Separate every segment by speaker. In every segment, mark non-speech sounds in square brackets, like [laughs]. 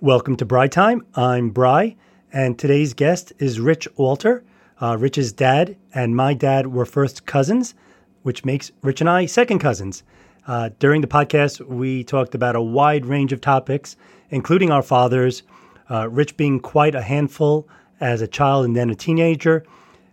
Speaker 1: Welcome to Bry Time. I'm Bry, and today's guest is Rich Walter. Uh, Rich's dad and my dad were first cousins, which makes Rich and I second cousins. Uh, during the podcast, we talked about a wide range of topics, including our fathers, uh, Rich being quite a handful as a child and then a teenager,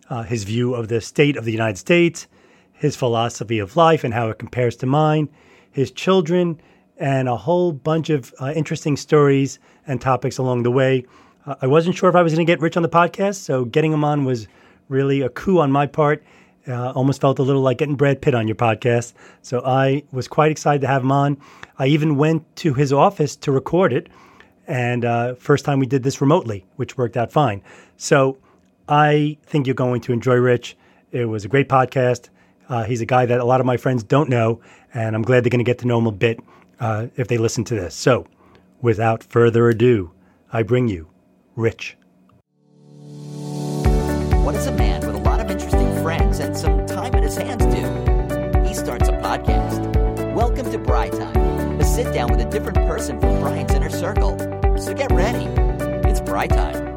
Speaker 1: uh, his view of the state of the United States, his philosophy of life and how it compares to mine, his children, and a whole bunch of uh, interesting stories and topics along the way. Uh, I wasn't sure if I was going to get Rich on the podcast, so getting him on was really a coup on my part. Uh, almost felt a little like getting Brad Pitt on your podcast. So I was quite excited to have him on. I even went to his office to record it. And uh, first time we did this remotely, which worked out fine. So I think you're going to enjoy Rich. It was a great podcast. Uh, he's a guy that a lot of my friends don't know, and I'm glad they're going to get to know him a bit uh, if they listen to this. So, without further ado, I bring you Rich.
Speaker 2: What does a man with a lot of interesting friends and some time in his hands do? He starts a podcast. Welcome to Bri Time, a sit down with a different person from Brian's inner circle. So get ready. It's Bri Time.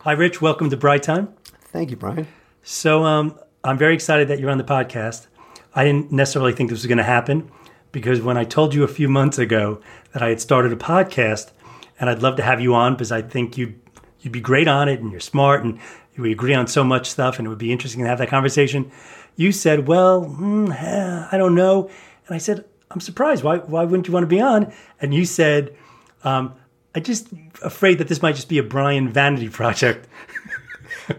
Speaker 1: Hi, Rich. Welcome to Bright Time.
Speaker 3: Thank you, Brian.
Speaker 1: So um, I'm very excited that you're on the podcast. I didn't necessarily think this was going to happen because when I told you a few months ago that I had started a podcast and I'd love to have you on because I think you'd you'd be great on it and you're smart and we agree on so much stuff and it would be interesting to have that conversation. You said, "Well, hmm, eh, I don't know," and I said, "I'm surprised. Why why wouldn't you want to be on?" And you said, um, "I just afraid that this might just be a Brian vanity [laughs] project."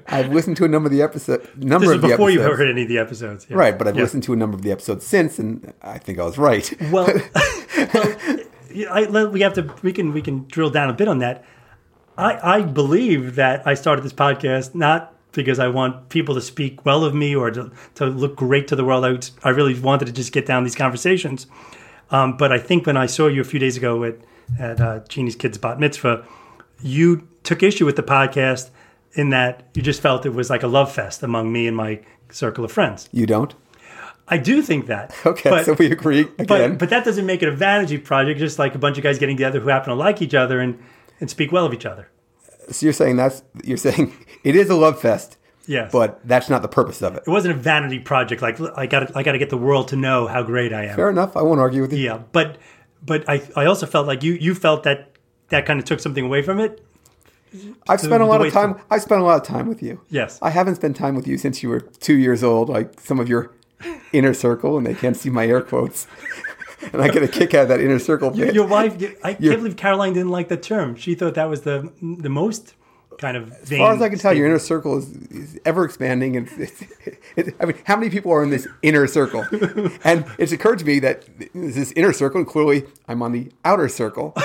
Speaker 3: I've listened to a number of the episode number
Speaker 1: This is
Speaker 3: of the
Speaker 1: before you
Speaker 3: episodes.
Speaker 1: heard any of the episodes, yeah.
Speaker 3: Right, but I've
Speaker 1: Yeah.
Speaker 3: listened to a number of the episodes since, and I think I was right. [laughs]
Speaker 1: Well, well, yeah, I, let- we have to. We can we can drill down a bit on that. I, I believe that I started this podcast not because I want people to speak well of me or to, to look great to the world. I, would- I really wanted to just get down these conversations. Um, but I think when I saw you a few days ago at at uh, Jeannie's kids bat mitzvah, you took issue with the podcast in that you just felt it was like a love fest among me and my circle of friends.
Speaker 3: You don't?
Speaker 1: I do think that.
Speaker 3: Okay,
Speaker 1: But-
Speaker 3: so we agree again.
Speaker 1: but but that doesn't make it a vanity project. Just like a bunch of guys getting together who happen to like each other and and speak well of each other.
Speaker 3: so you're saying that's you're saying [laughs] it is a love fest.
Speaker 1: Yes.
Speaker 3: But that's not the purpose of it.
Speaker 1: It wasn't a vanity project. Like "Look, I got I got to get the world to know how great I am.
Speaker 3: Fair enough. I won't argue with you.
Speaker 1: Yeah, but but I I also felt like you you felt that that kind of took something away from it.
Speaker 3: I've spent
Speaker 1: the
Speaker 3: a lot
Speaker 1: way-
Speaker 3: of time. I've spent a lot of time with you.
Speaker 1: Yes.
Speaker 3: I haven't spent time with you since you were two years old, like some of your inner circle, and they can't see my air quotes, [laughs] and I get a kick out of that inner circle. Bit.
Speaker 1: Your wife, I
Speaker 3: You're-
Speaker 1: can't believe Caroline didn't like the term. She thought that was the the most kind of.
Speaker 3: As far as I can tell, your inner circle is, is ever expanding, and it's, it's, I mean, how many people are in this inner circle? and it's occurred to me that there's this inner circle, and clearly I'm on the outer circle. [laughs]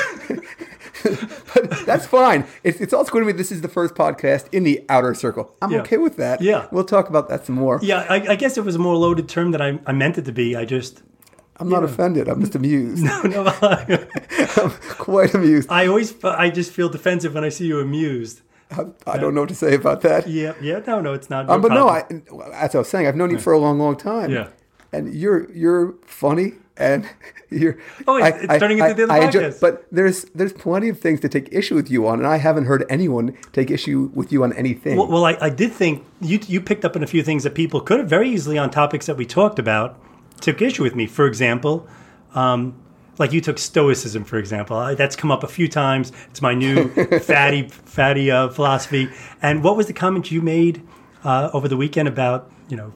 Speaker 3: but that's fine. It's, it's also going to be this is the first podcast in the outer circle. I'm
Speaker 1: Yeah.
Speaker 3: okay with that.
Speaker 1: Yeah.
Speaker 3: we'll talk about that some more.
Speaker 1: Yeah, I, I guess it was a more loaded term than I, I meant it to be. I just [laughs]
Speaker 3: I'm not offended. I'm just amused. [laughs]
Speaker 1: no.
Speaker 3: I'm quite amused. I,
Speaker 1: I always, I just feel defensive when I see you amused.
Speaker 3: don't know what to say about that.
Speaker 1: Yeah, yeah, no, no, it's not.
Speaker 3: Um,
Speaker 1: your
Speaker 3: but no, I,
Speaker 1: problem.
Speaker 3: as I was saying, I've known you for a long, long time.
Speaker 1: Yeah.
Speaker 3: And you're you're funny and [laughs] you're
Speaker 1: Oh, it's- it's turning into the other podcast.
Speaker 3: but there's there's plenty of things to take issue with you on, and I haven't heard anyone take issue with you on anything.
Speaker 1: Well, well I, I did think you you picked up on a few things that people could have very easily on topics that we talked about took issue with me. For example, um, like you took stoicism, for example. I, that's come up a few times. It's my
Speaker 3: [laughs]
Speaker 1: new fatty fatty uh, philosophy. And what was the comment you made uh, over the weekend about you know?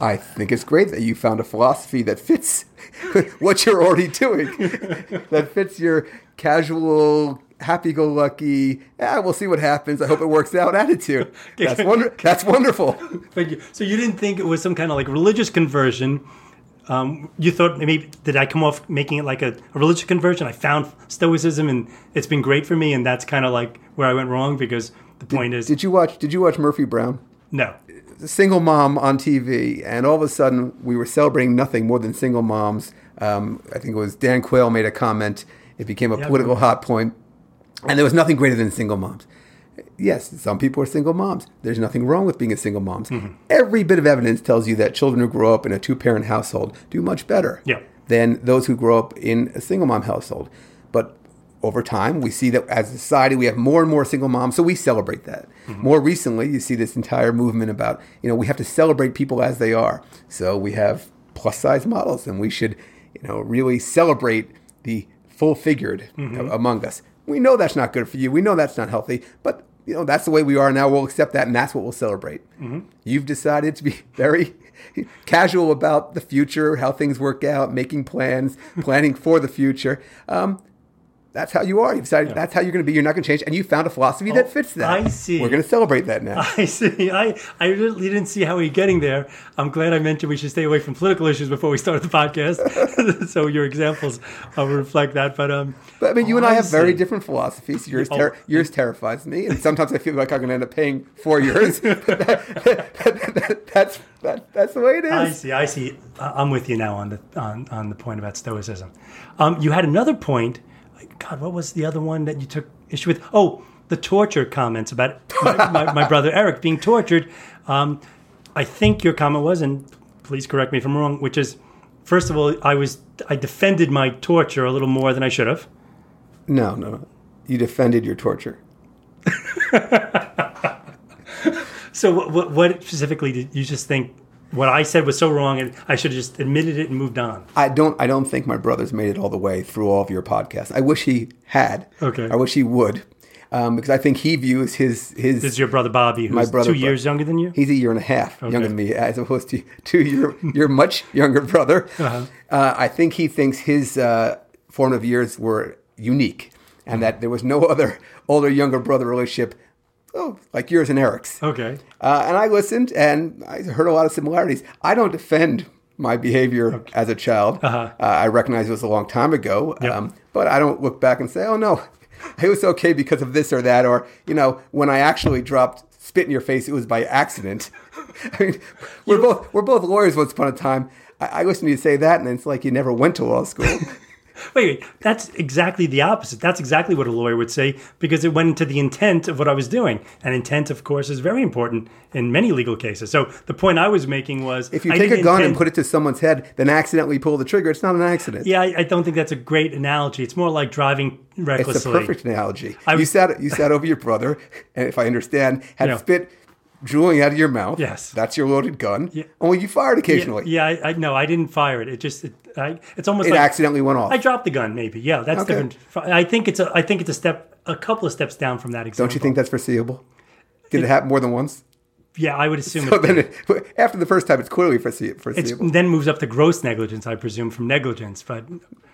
Speaker 3: I think it's great that you found a philosophy that fits [laughs] what you're already doing, [laughs] that fits your casual, happy-go-lucky. Ah, we'll see what happens. I hope it works
Speaker 1: [laughs]
Speaker 3: out. Attitude. That's wonder. That's wonderful.
Speaker 1: But you, so you didn't think it was some kind of like religious conversion. Um, you thought maybe did I come off making it like a, a religious conversion? I found Stoicism and it's been great for me, and that's kind of like where I went wrong because the point is
Speaker 3: Did you watch? Did you watch Murphy Brown?
Speaker 1: no. [laughs]
Speaker 3: single mom on TV, and all of a sudden we were celebrating nothing more than single moms. Um, I think it was Dan Quayle made a comment. It became a political hot point, and there was nothing greater than single moms. Yes, some people are single moms. There's nothing wrong with being a single mom. Every bit of evidence tells you that children who grow up in a two parent household do much better.
Speaker 1: Yeah.
Speaker 3: than those who grow up in a single mom household. But over time, we see that as a society, we have more and more single moms, so we celebrate that. More recently, you see this entire movement about, you know, we have to celebrate people as they are. So we have plus size models, and we should, you know, really celebrate the full figured among us. We know that's not good for you. We know that's not healthy, but you know that's the way we are now. We'll accept that, and that's what we'll celebrate. You've decided to be [laughs] very [laughs] casual about the future, how things work out, making plans, planning for the future. Um, that's how you are. You've decided that's how you're going to be. You're not going to change, and you found a philosophy that fits that.
Speaker 1: Oh, I see.
Speaker 3: We're going to celebrate
Speaker 1: [laughs]
Speaker 3: that now.
Speaker 1: I see. I, I really didn't see how we were getting there. I'm glad I mentioned we should stay away from political issues before we start the podcast. [laughs] so your examples uh, reflect that. But um,
Speaker 3: But I mean, you and
Speaker 1: Oh,
Speaker 3: I
Speaker 1: I
Speaker 3: have very
Speaker 1: see.
Speaker 3: different philosophies. Yours,
Speaker 1: Oh.
Speaker 3: ter- yours terrifies me, and sometimes I feel like I'm going to end up paying
Speaker 1: [laughs]
Speaker 3: for yours. that's that, that's the way it is.
Speaker 1: I see. I see. I- I'm with you now on the on, on the point about stoicism. Um, you had another point. God, what was the other one that you took issue with? Oh, the torture comments about [laughs] my, my, my brother Eric being tortured. Um, I think your comment was, and please correct me if I'm wrong, which is, first of all, I was I defended my torture a little more than I should have.
Speaker 3: No, no, no. You defended your torture.
Speaker 1: So what, what, what specifically did you just think? What I said was so wrong, and I should have just admitted it and moved on.
Speaker 3: I don't. I don't think my brother's made it all the way through all of your podcasts. I wish he had.
Speaker 1: Okay.
Speaker 3: I wish he would, um, because I think he views his his.
Speaker 1: This is your brother Bobby, who's
Speaker 3: My brother,
Speaker 1: two years
Speaker 3: but-
Speaker 1: younger than you.
Speaker 3: He's a year and a half younger than me, as opposed to to your your much younger [laughs] brother. uh I think he thinks his uh, formative years were unique, and that there was no [laughs] other older younger brother relationship, oh, like yours and Eric's.
Speaker 1: okay.
Speaker 3: Uh, and I listened and I heard a lot of similarities. I don't defend my behavior as a child. uh
Speaker 1: Uh-huh.
Speaker 3: I recognize it was a long time ago, um, but I don't look back and say, oh no, [laughs] it was okay because of this or that. Or, you know, when I actually dropped spit in your face, it was by accident. [laughs] I mean, we're, both, we're both lawyers once upon a time. I, I listened to you say that, and it's like you never went to
Speaker 1: [laughs]
Speaker 3: law school.
Speaker 1: Wait, wait, that's exactly the opposite. That's exactly what a lawyer would say because it went into the intent of what I was doing. And intent, of course, is very important in many legal cases. So the point I was making was
Speaker 3: if you
Speaker 1: I
Speaker 3: take a
Speaker 1: didn't
Speaker 3: gun and
Speaker 1: intend-
Speaker 3: put it to someone's head, then accidentally pull the trigger, it's not an accident.
Speaker 1: yeah, I, I don't think that's a great analogy. It's more like driving recklessly.
Speaker 3: It's the perfect analogy.
Speaker 1: I
Speaker 3: you
Speaker 1: was-
Speaker 3: sat you sat over your brother, and if I understand, had
Speaker 1: Yeah.
Speaker 3: spit drooling out of your mouth.
Speaker 1: Yes.
Speaker 3: that's your loaded gun. Only you fired
Speaker 1: Yeah,
Speaker 3: occasionally.
Speaker 1: yeah, I, I no, I didn't fire it. It just, it, I, it's almost
Speaker 3: It
Speaker 1: like
Speaker 3: accidentally went off.
Speaker 1: I dropped the gun. Maybe, yeah, that's
Speaker 3: Okay.
Speaker 1: different. I think it's a, I think it's a step, a couple of steps down from that example.
Speaker 3: Don't you think that's foreseeable? Did it, happen more than once?
Speaker 1: Yeah, I would
Speaker 3: [laughs]
Speaker 1: assume.
Speaker 3: But
Speaker 1: it,
Speaker 3: then, it, after the first time, it's clearly forese-
Speaker 1: it's,
Speaker 3: foreseeable.
Speaker 1: then moves up to gross negligence, I presume, from negligence, but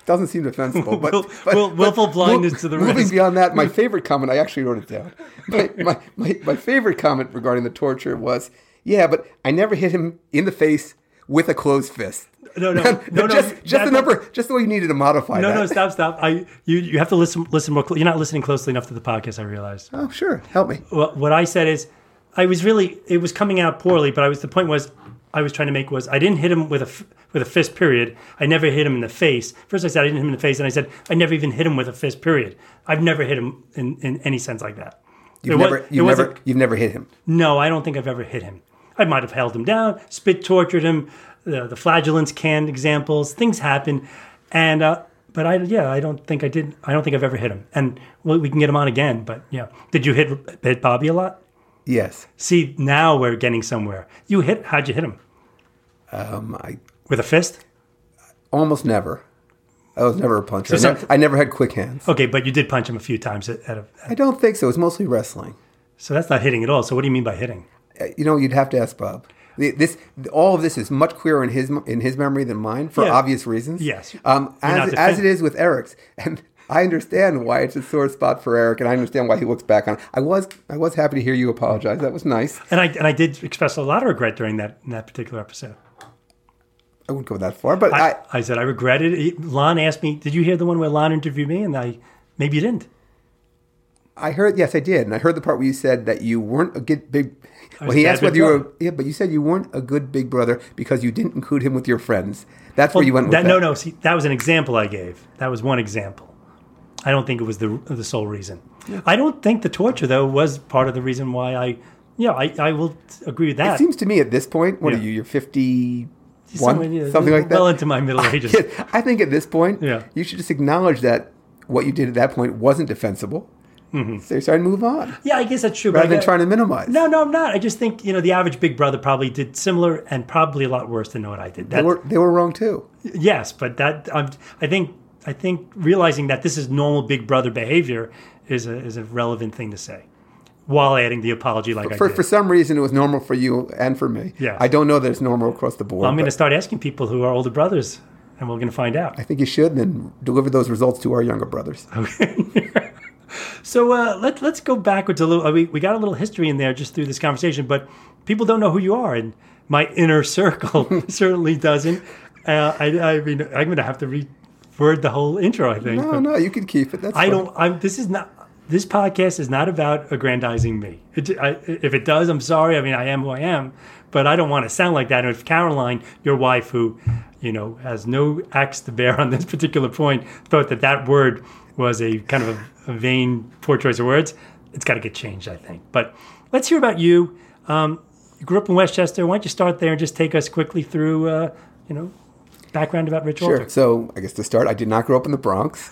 Speaker 3: Doesn't seem
Speaker 1: [laughs]
Speaker 3: defensible. But,
Speaker 1: Will-
Speaker 3: but-
Speaker 1: will-
Speaker 3: but
Speaker 1: willful
Speaker 3: mo-
Speaker 1: blindness to the
Speaker 3: moving
Speaker 1: risk.
Speaker 3: beyond that, my favorite comment. I actually wrote it down.
Speaker 1: [laughs]
Speaker 3: My, my, my, my favorite comment regarding the torture was, "Yeah, but I never hit him in the face with a closed fist."
Speaker 1: No,
Speaker 3: [laughs]
Speaker 1: no, no, no.
Speaker 3: just, just the
Speaker 1: that-
Speaker 3: number, just the way you needed to modify
Speaker 1: No,
Speaker 3: that.
Speaker 1: no, stop, stop. I you you have to listen listen more. Cl- you're not listening closely enough to the podcast. I realized.
Speaker 3: Oh, sure. Help me.
Speaker 1: What, what I said is, I was really it was coming out poorly, but I was the point was I was trying to make was I didn't hit him with a f- with a fist. Period. I never hit him in the face. First, I said I didn't hit him in the face, and I said I never even hit him with a fist. Period. I've never hit him in, in any sense like that.
Speaker 3: You've
Speaker 1: It wa-
Speaker 3: never,
Speaker 1: it
Speaker 3: you've
Speaker 1: wasn't-
Speaker 3: never, you've never hit him.
Speaker 1: No, I don't think I've ever hit him. I might have held him down, spit tortured him. The, the flagellants can examples. Things happen, and uh, but I yeah I don't think I did. I don't think I've ever hit him. And well, we can get him on again. But yeah, did you hit hit Bobby a lot?
Speaker 3: Yes.
Speaker 1: See, now we're getting somewhere. You hit? How'd you hit him?
Speaker 3: Um, I
Speaker 1: With a fist?
Speaker 3: almost never. I was never a puncher. I,
Speaker 1: So-
Speaker 3: never, I never had quick hands.
Speaker 1: Okay, but you did punch him a few times. At, at a,
Speaker 3: I don't think so. It's mostly wrestling.
Speaker 1: so that's not hitting at all. So what do you mean by hitting?
Speaker 3: Uh, You know, you'd have to ask Bob. The- This, all of this is much clearer in his in his memory than mine for
Speaker 1: Yeah.
Speaker 3: obvious reasons.
Speaker 1: Yes. You're
Speaker 3: Um,
Speaker 1: not
Speaker 3: as, as
Speaker 1: defend-
Speaker 3: it is with Eric's, and I understand why it's a sore spot for Eric, and I understand why he looks back on. It. I was I was happy to hear you apologize. That was nice.
Speaker 1: And I and I did express a lot of regret during that in that particular episode.
Speaker 3: I wouldn't go that far, but I,
Speaker 1: I, I said I regretted it. Lon asked me, "Did you hear the one where Lon interviewed me?" And I maybe you didn't.
Speaker 3: I heard, yes, I did, and I heard the part where you said that you weren't a good big. Well,
Speaker 1: was
Speaker 3: he
Speaker 1: bad
Speaker 3: asked
Speaker 1: big
Speaker 3: whether you were,
Speaker 1: brother.
Speaker 3: yeah, but you said you weren't a good big brother because you didn't include him with your friends. That's where you went with that.
Speaker 1: That- No, no. See, that was an example I gave. That was one example. I don't think it was the the sole reason. I don't think the torture though was part of the reason why I. Yeah, I, I will agree with that.
Speaker 3: It seems to me at this point, what
Speaker 1: Yeah.
Speaker 3: are you? You're fifty one,
Speaker 1: Someone, yeah,
Speaker 3: something like
Speaker 1: Well
Speaker 3: that.
Speaker 1: into my middle ages.
Speaker 3: [laughs] I think at this point,
Speaker 1: Yeah.
Speaker 3: you should just acknowledge that what you did at that point wasn't defensible. So you're starting to move on
Speaker 1: Yeah, I guess that's true. Mm-hmm. but
Speaker 3: rather
Speaker 1: I
Speaker 3: than
Speaker 1: got-
Speaker 3: trying to minimize.
Speaker 1: No, no, I'm not. I just think you know the average Big Brother probably did similar and probably a lot worse than what I did.
Speaker 3: they
Speaker 1: That,
Speaker 3: were, they were wrong too.
Speaker 1: yes, but that um, I think I think realizing that this is normal Big Brother behavior is a is a relevant thing to say, while adding the apology like I
Speaker 3: For,
Speaker 1: did.
Speaker 3: for some reason, it was normal for you and for me.
Speaker 1: Yeah.
Speaker 3: I don't know that it's normal across the board.
Speaker 1: I'm going to
Speaker 3: but
Speaker 1: start asking people who are older brothers, and we're going to find out.
Speaker 3: I think you should, and then deliver those results to our younger brothers.
Speaker 1: So uh, let, let's go backwards a little. uh, We, we got a little history in there just through this conversation, but people don't know who you are, and my inner
Speaker 3: [laughs]
Speaker 1: circle certainly doesn't. Uh, I, I mean, I'm going to have to reword the whole intro, I think.
Speaker 3: No, no, you can keep it. That's
Speaker 1: I
Speaker 3: fine.
Speaker 1: don't. I'm. This is not. This podcast is not about aggrandizing me. It, I, if it does, I'm sorry. I mean, I am who I am, but I don't want to sound like that. And if Caroline, your wife, who, you know, has no axe to bear on this particular point, thought that that word was a kind of a, a vain, poor choice of words, it's got to get changed, I think. But let's hear about you. Um, you grew up in Westchester. Why don't you start there and just take us quickly through, uh, you know, background about Rich
Speaker 3: Sure.
Speaker 1: Walter?
Speaker 3: So I guess to start, I did not grow up in the Bronx.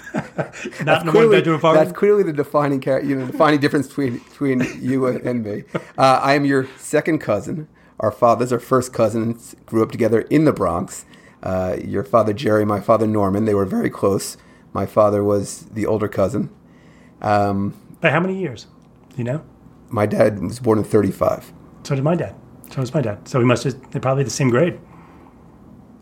Speaker 1: Not in a one-bedroom apartment.
Speaker 3: That's clearly the defining char- you know, the defining difference between between you and me. Uh, I am your second cousin. Our fathers are first cousins. Grew up together in the Bronx. Uh, your father Jerry, my father Norman. They were very close. My father was the older cousin. Um,
Speaker 1: By how many years? You know.
Speaker 3: my dad was born in '35.
Speaker 1: So did my dad. So was my dad. So we must have, they're probably the same grade.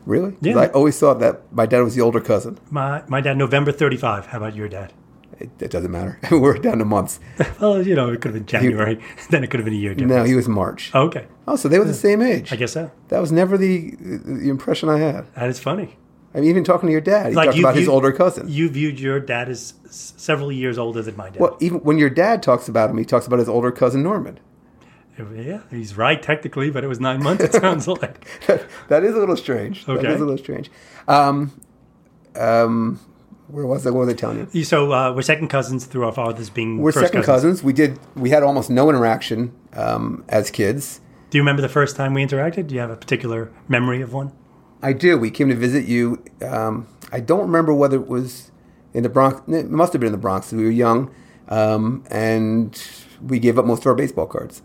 Speaker 3: Really? 'Cause
Speaker 1: Yeah.
Speaker 3: I always thought that my dad was the older cousin.
Speaker 1: My, my dad, November 35. How about your dad? [laughs]
Speaker 3: It, it doesn't matter. [laughs] we're down to months.
Speaker 1: Well, you know, it could have been January. [laughs] then it could have been a year difference.
Speaker 3: No, he was March.
Speaker 1: Oh, okay.
Speaker 3: Oh, so they were the same age.
Speaker 1: I guess so.
Speaker 3: That was never the the impression I had.
Speaker 1: That is funny.
Speaker 3: I mean, even talking to your dad, he
Speaker 1: Like
Speaker 3: talked
Speaker 1: you
Speaker 3: about his
Speaker 1: view-
Speaker 3: older cousin.
Speaker 1: You viewed your dad as s- several years older than my dad.
Speaker 3: well, even when your dad talks about him, he talks about his older cousin Norman. [laughs]
Speaker 1: Yeah, he's right technically, but it was nine months, it
Speaker 3: [laughs]
Speaker 1: sounds like.
Speaker 3: that is a little strange.
Speaker 1: Okay.
Speaker 3: That is a little strange. Um, um, where was I? What were they telling you?
Speaker 1: You- So uh, we're second cousins through our fathers being
Speaker 3: We're
Speaker 1: first
Speaker 3: second cousins. We did. We had almost no interaction um, as kids.
Speaker 1: Do you remember the first time we interacted? Do you have a particular memory of one?
Speaker 3: I do. We came to visit you. Um, I don't remember whether it was in the Bronx. It must have been in the Bronx. We were young, um, and we gave up most of our baseball cards.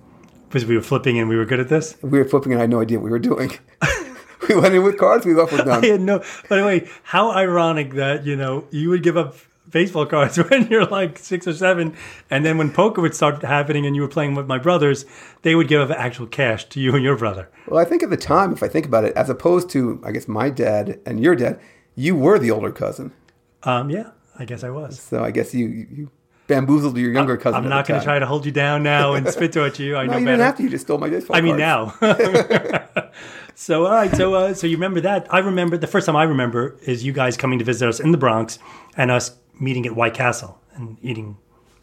Speaker 1: Because we were flipping and we were good at this?
Speaker 3: We were flipping, and I had no idea what we were doing. [laughs] we went in with cards. We left
Speaker 1: [laughs]
Speaker 3: with none.
Speaker 1: I had no. By the way, how ironic that you know you would give up baseball cards [laughs] when you're like six or seven, and then when poker would start happening and you were playing with my brothers, they would give up actual cash to you and your brother.
Speaker 3: Well, I think at the time, if I think about it, as opposed to I guess my dad and your dad, you were the older cousin.
Speaker 1: Um, yeah, I guess I was.
Speaker 3: So I guess you you bamboozled your younger cousin.
Speaker 1: I'm not going to try to hold you down now and spit at [laughs] you. I
Speaker 3: No,
Speaker 1: know
Speaker 3: you
Speaker 1: better.
Speaker 3: didn't have to. You just stole my baseball.
Speaker 1: I mean
Speaker 3: cards.
Speaker 1: now. [laughs] so all right, so uh, so you remember that? I remember the first time I remember is you guys coming to visit us in the Bronx and us meeting at White Castle and eating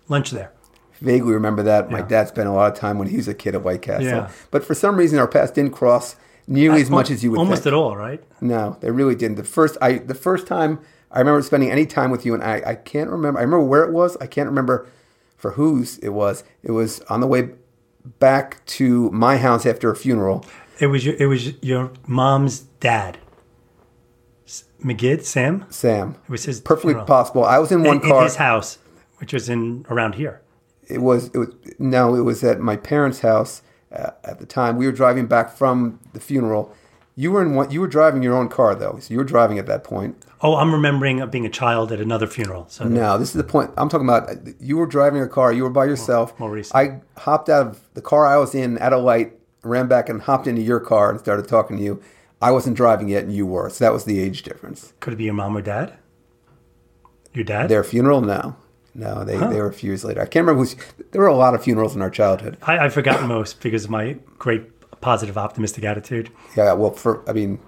Speaker 1: lunch there.
Speaker 3: vaguely remember that. My dad spent a lot of time when he was a kid at White Castle.
Speaker 1: Yeah.
Speaker 3: But for some reason, our paths didn't cross nearly as much as you would
Speaker 1: almost
Speaker 3: think.
Speaker 1: at all, right?
Speaker 3: No, they really didn't. The first I the first time I remember spending any time with you, and I, I can't remember. I remember where it was. I can't remember for whose it was. It was on the way back to my house after a funeral.
Speaker 1: It was your, it was your mom's dad, S- McGid Sam.
Speaker 3: Sam,
Speaker 1: It was his
Speaker 3: perfectly
Speaker 1: funeral.
Speaker 3: possible. I was in one
Speaker 1: in, in
Speaker 3: car.
Speaker 1: his house, which was in around here.
Speaker 3: It was it was no, it was at my parents' house uh, at the time. We were driving back from the funeral. You were in one, you were driving your own car though, so you were driving at that point.
Speaker 1: Oh, I'm remembering of being a child at another funeral. So
Speaker 3: No, this is the point I'm talking about. uh, You were driving a car. You were by yourself.
Speaker 1: more recent.
Speaker 3: I hopped out of the car I was in at a light, ran back and hopped into your car and started talking to you. I wasn't driving yet, and you were. So that was the age difference.
Speaker 1: could it be your mom or dad? Your dad?
Speaker 3: Their funeral, no, no, they they were a few years later. I can't remember. Who's, there were a lot of funerals in our childhood.
Speaker 1: I, I've forgotten most because of my great positive, optimistic attitude. [laughs]
Speaker 3: Yeah, well, for I mean,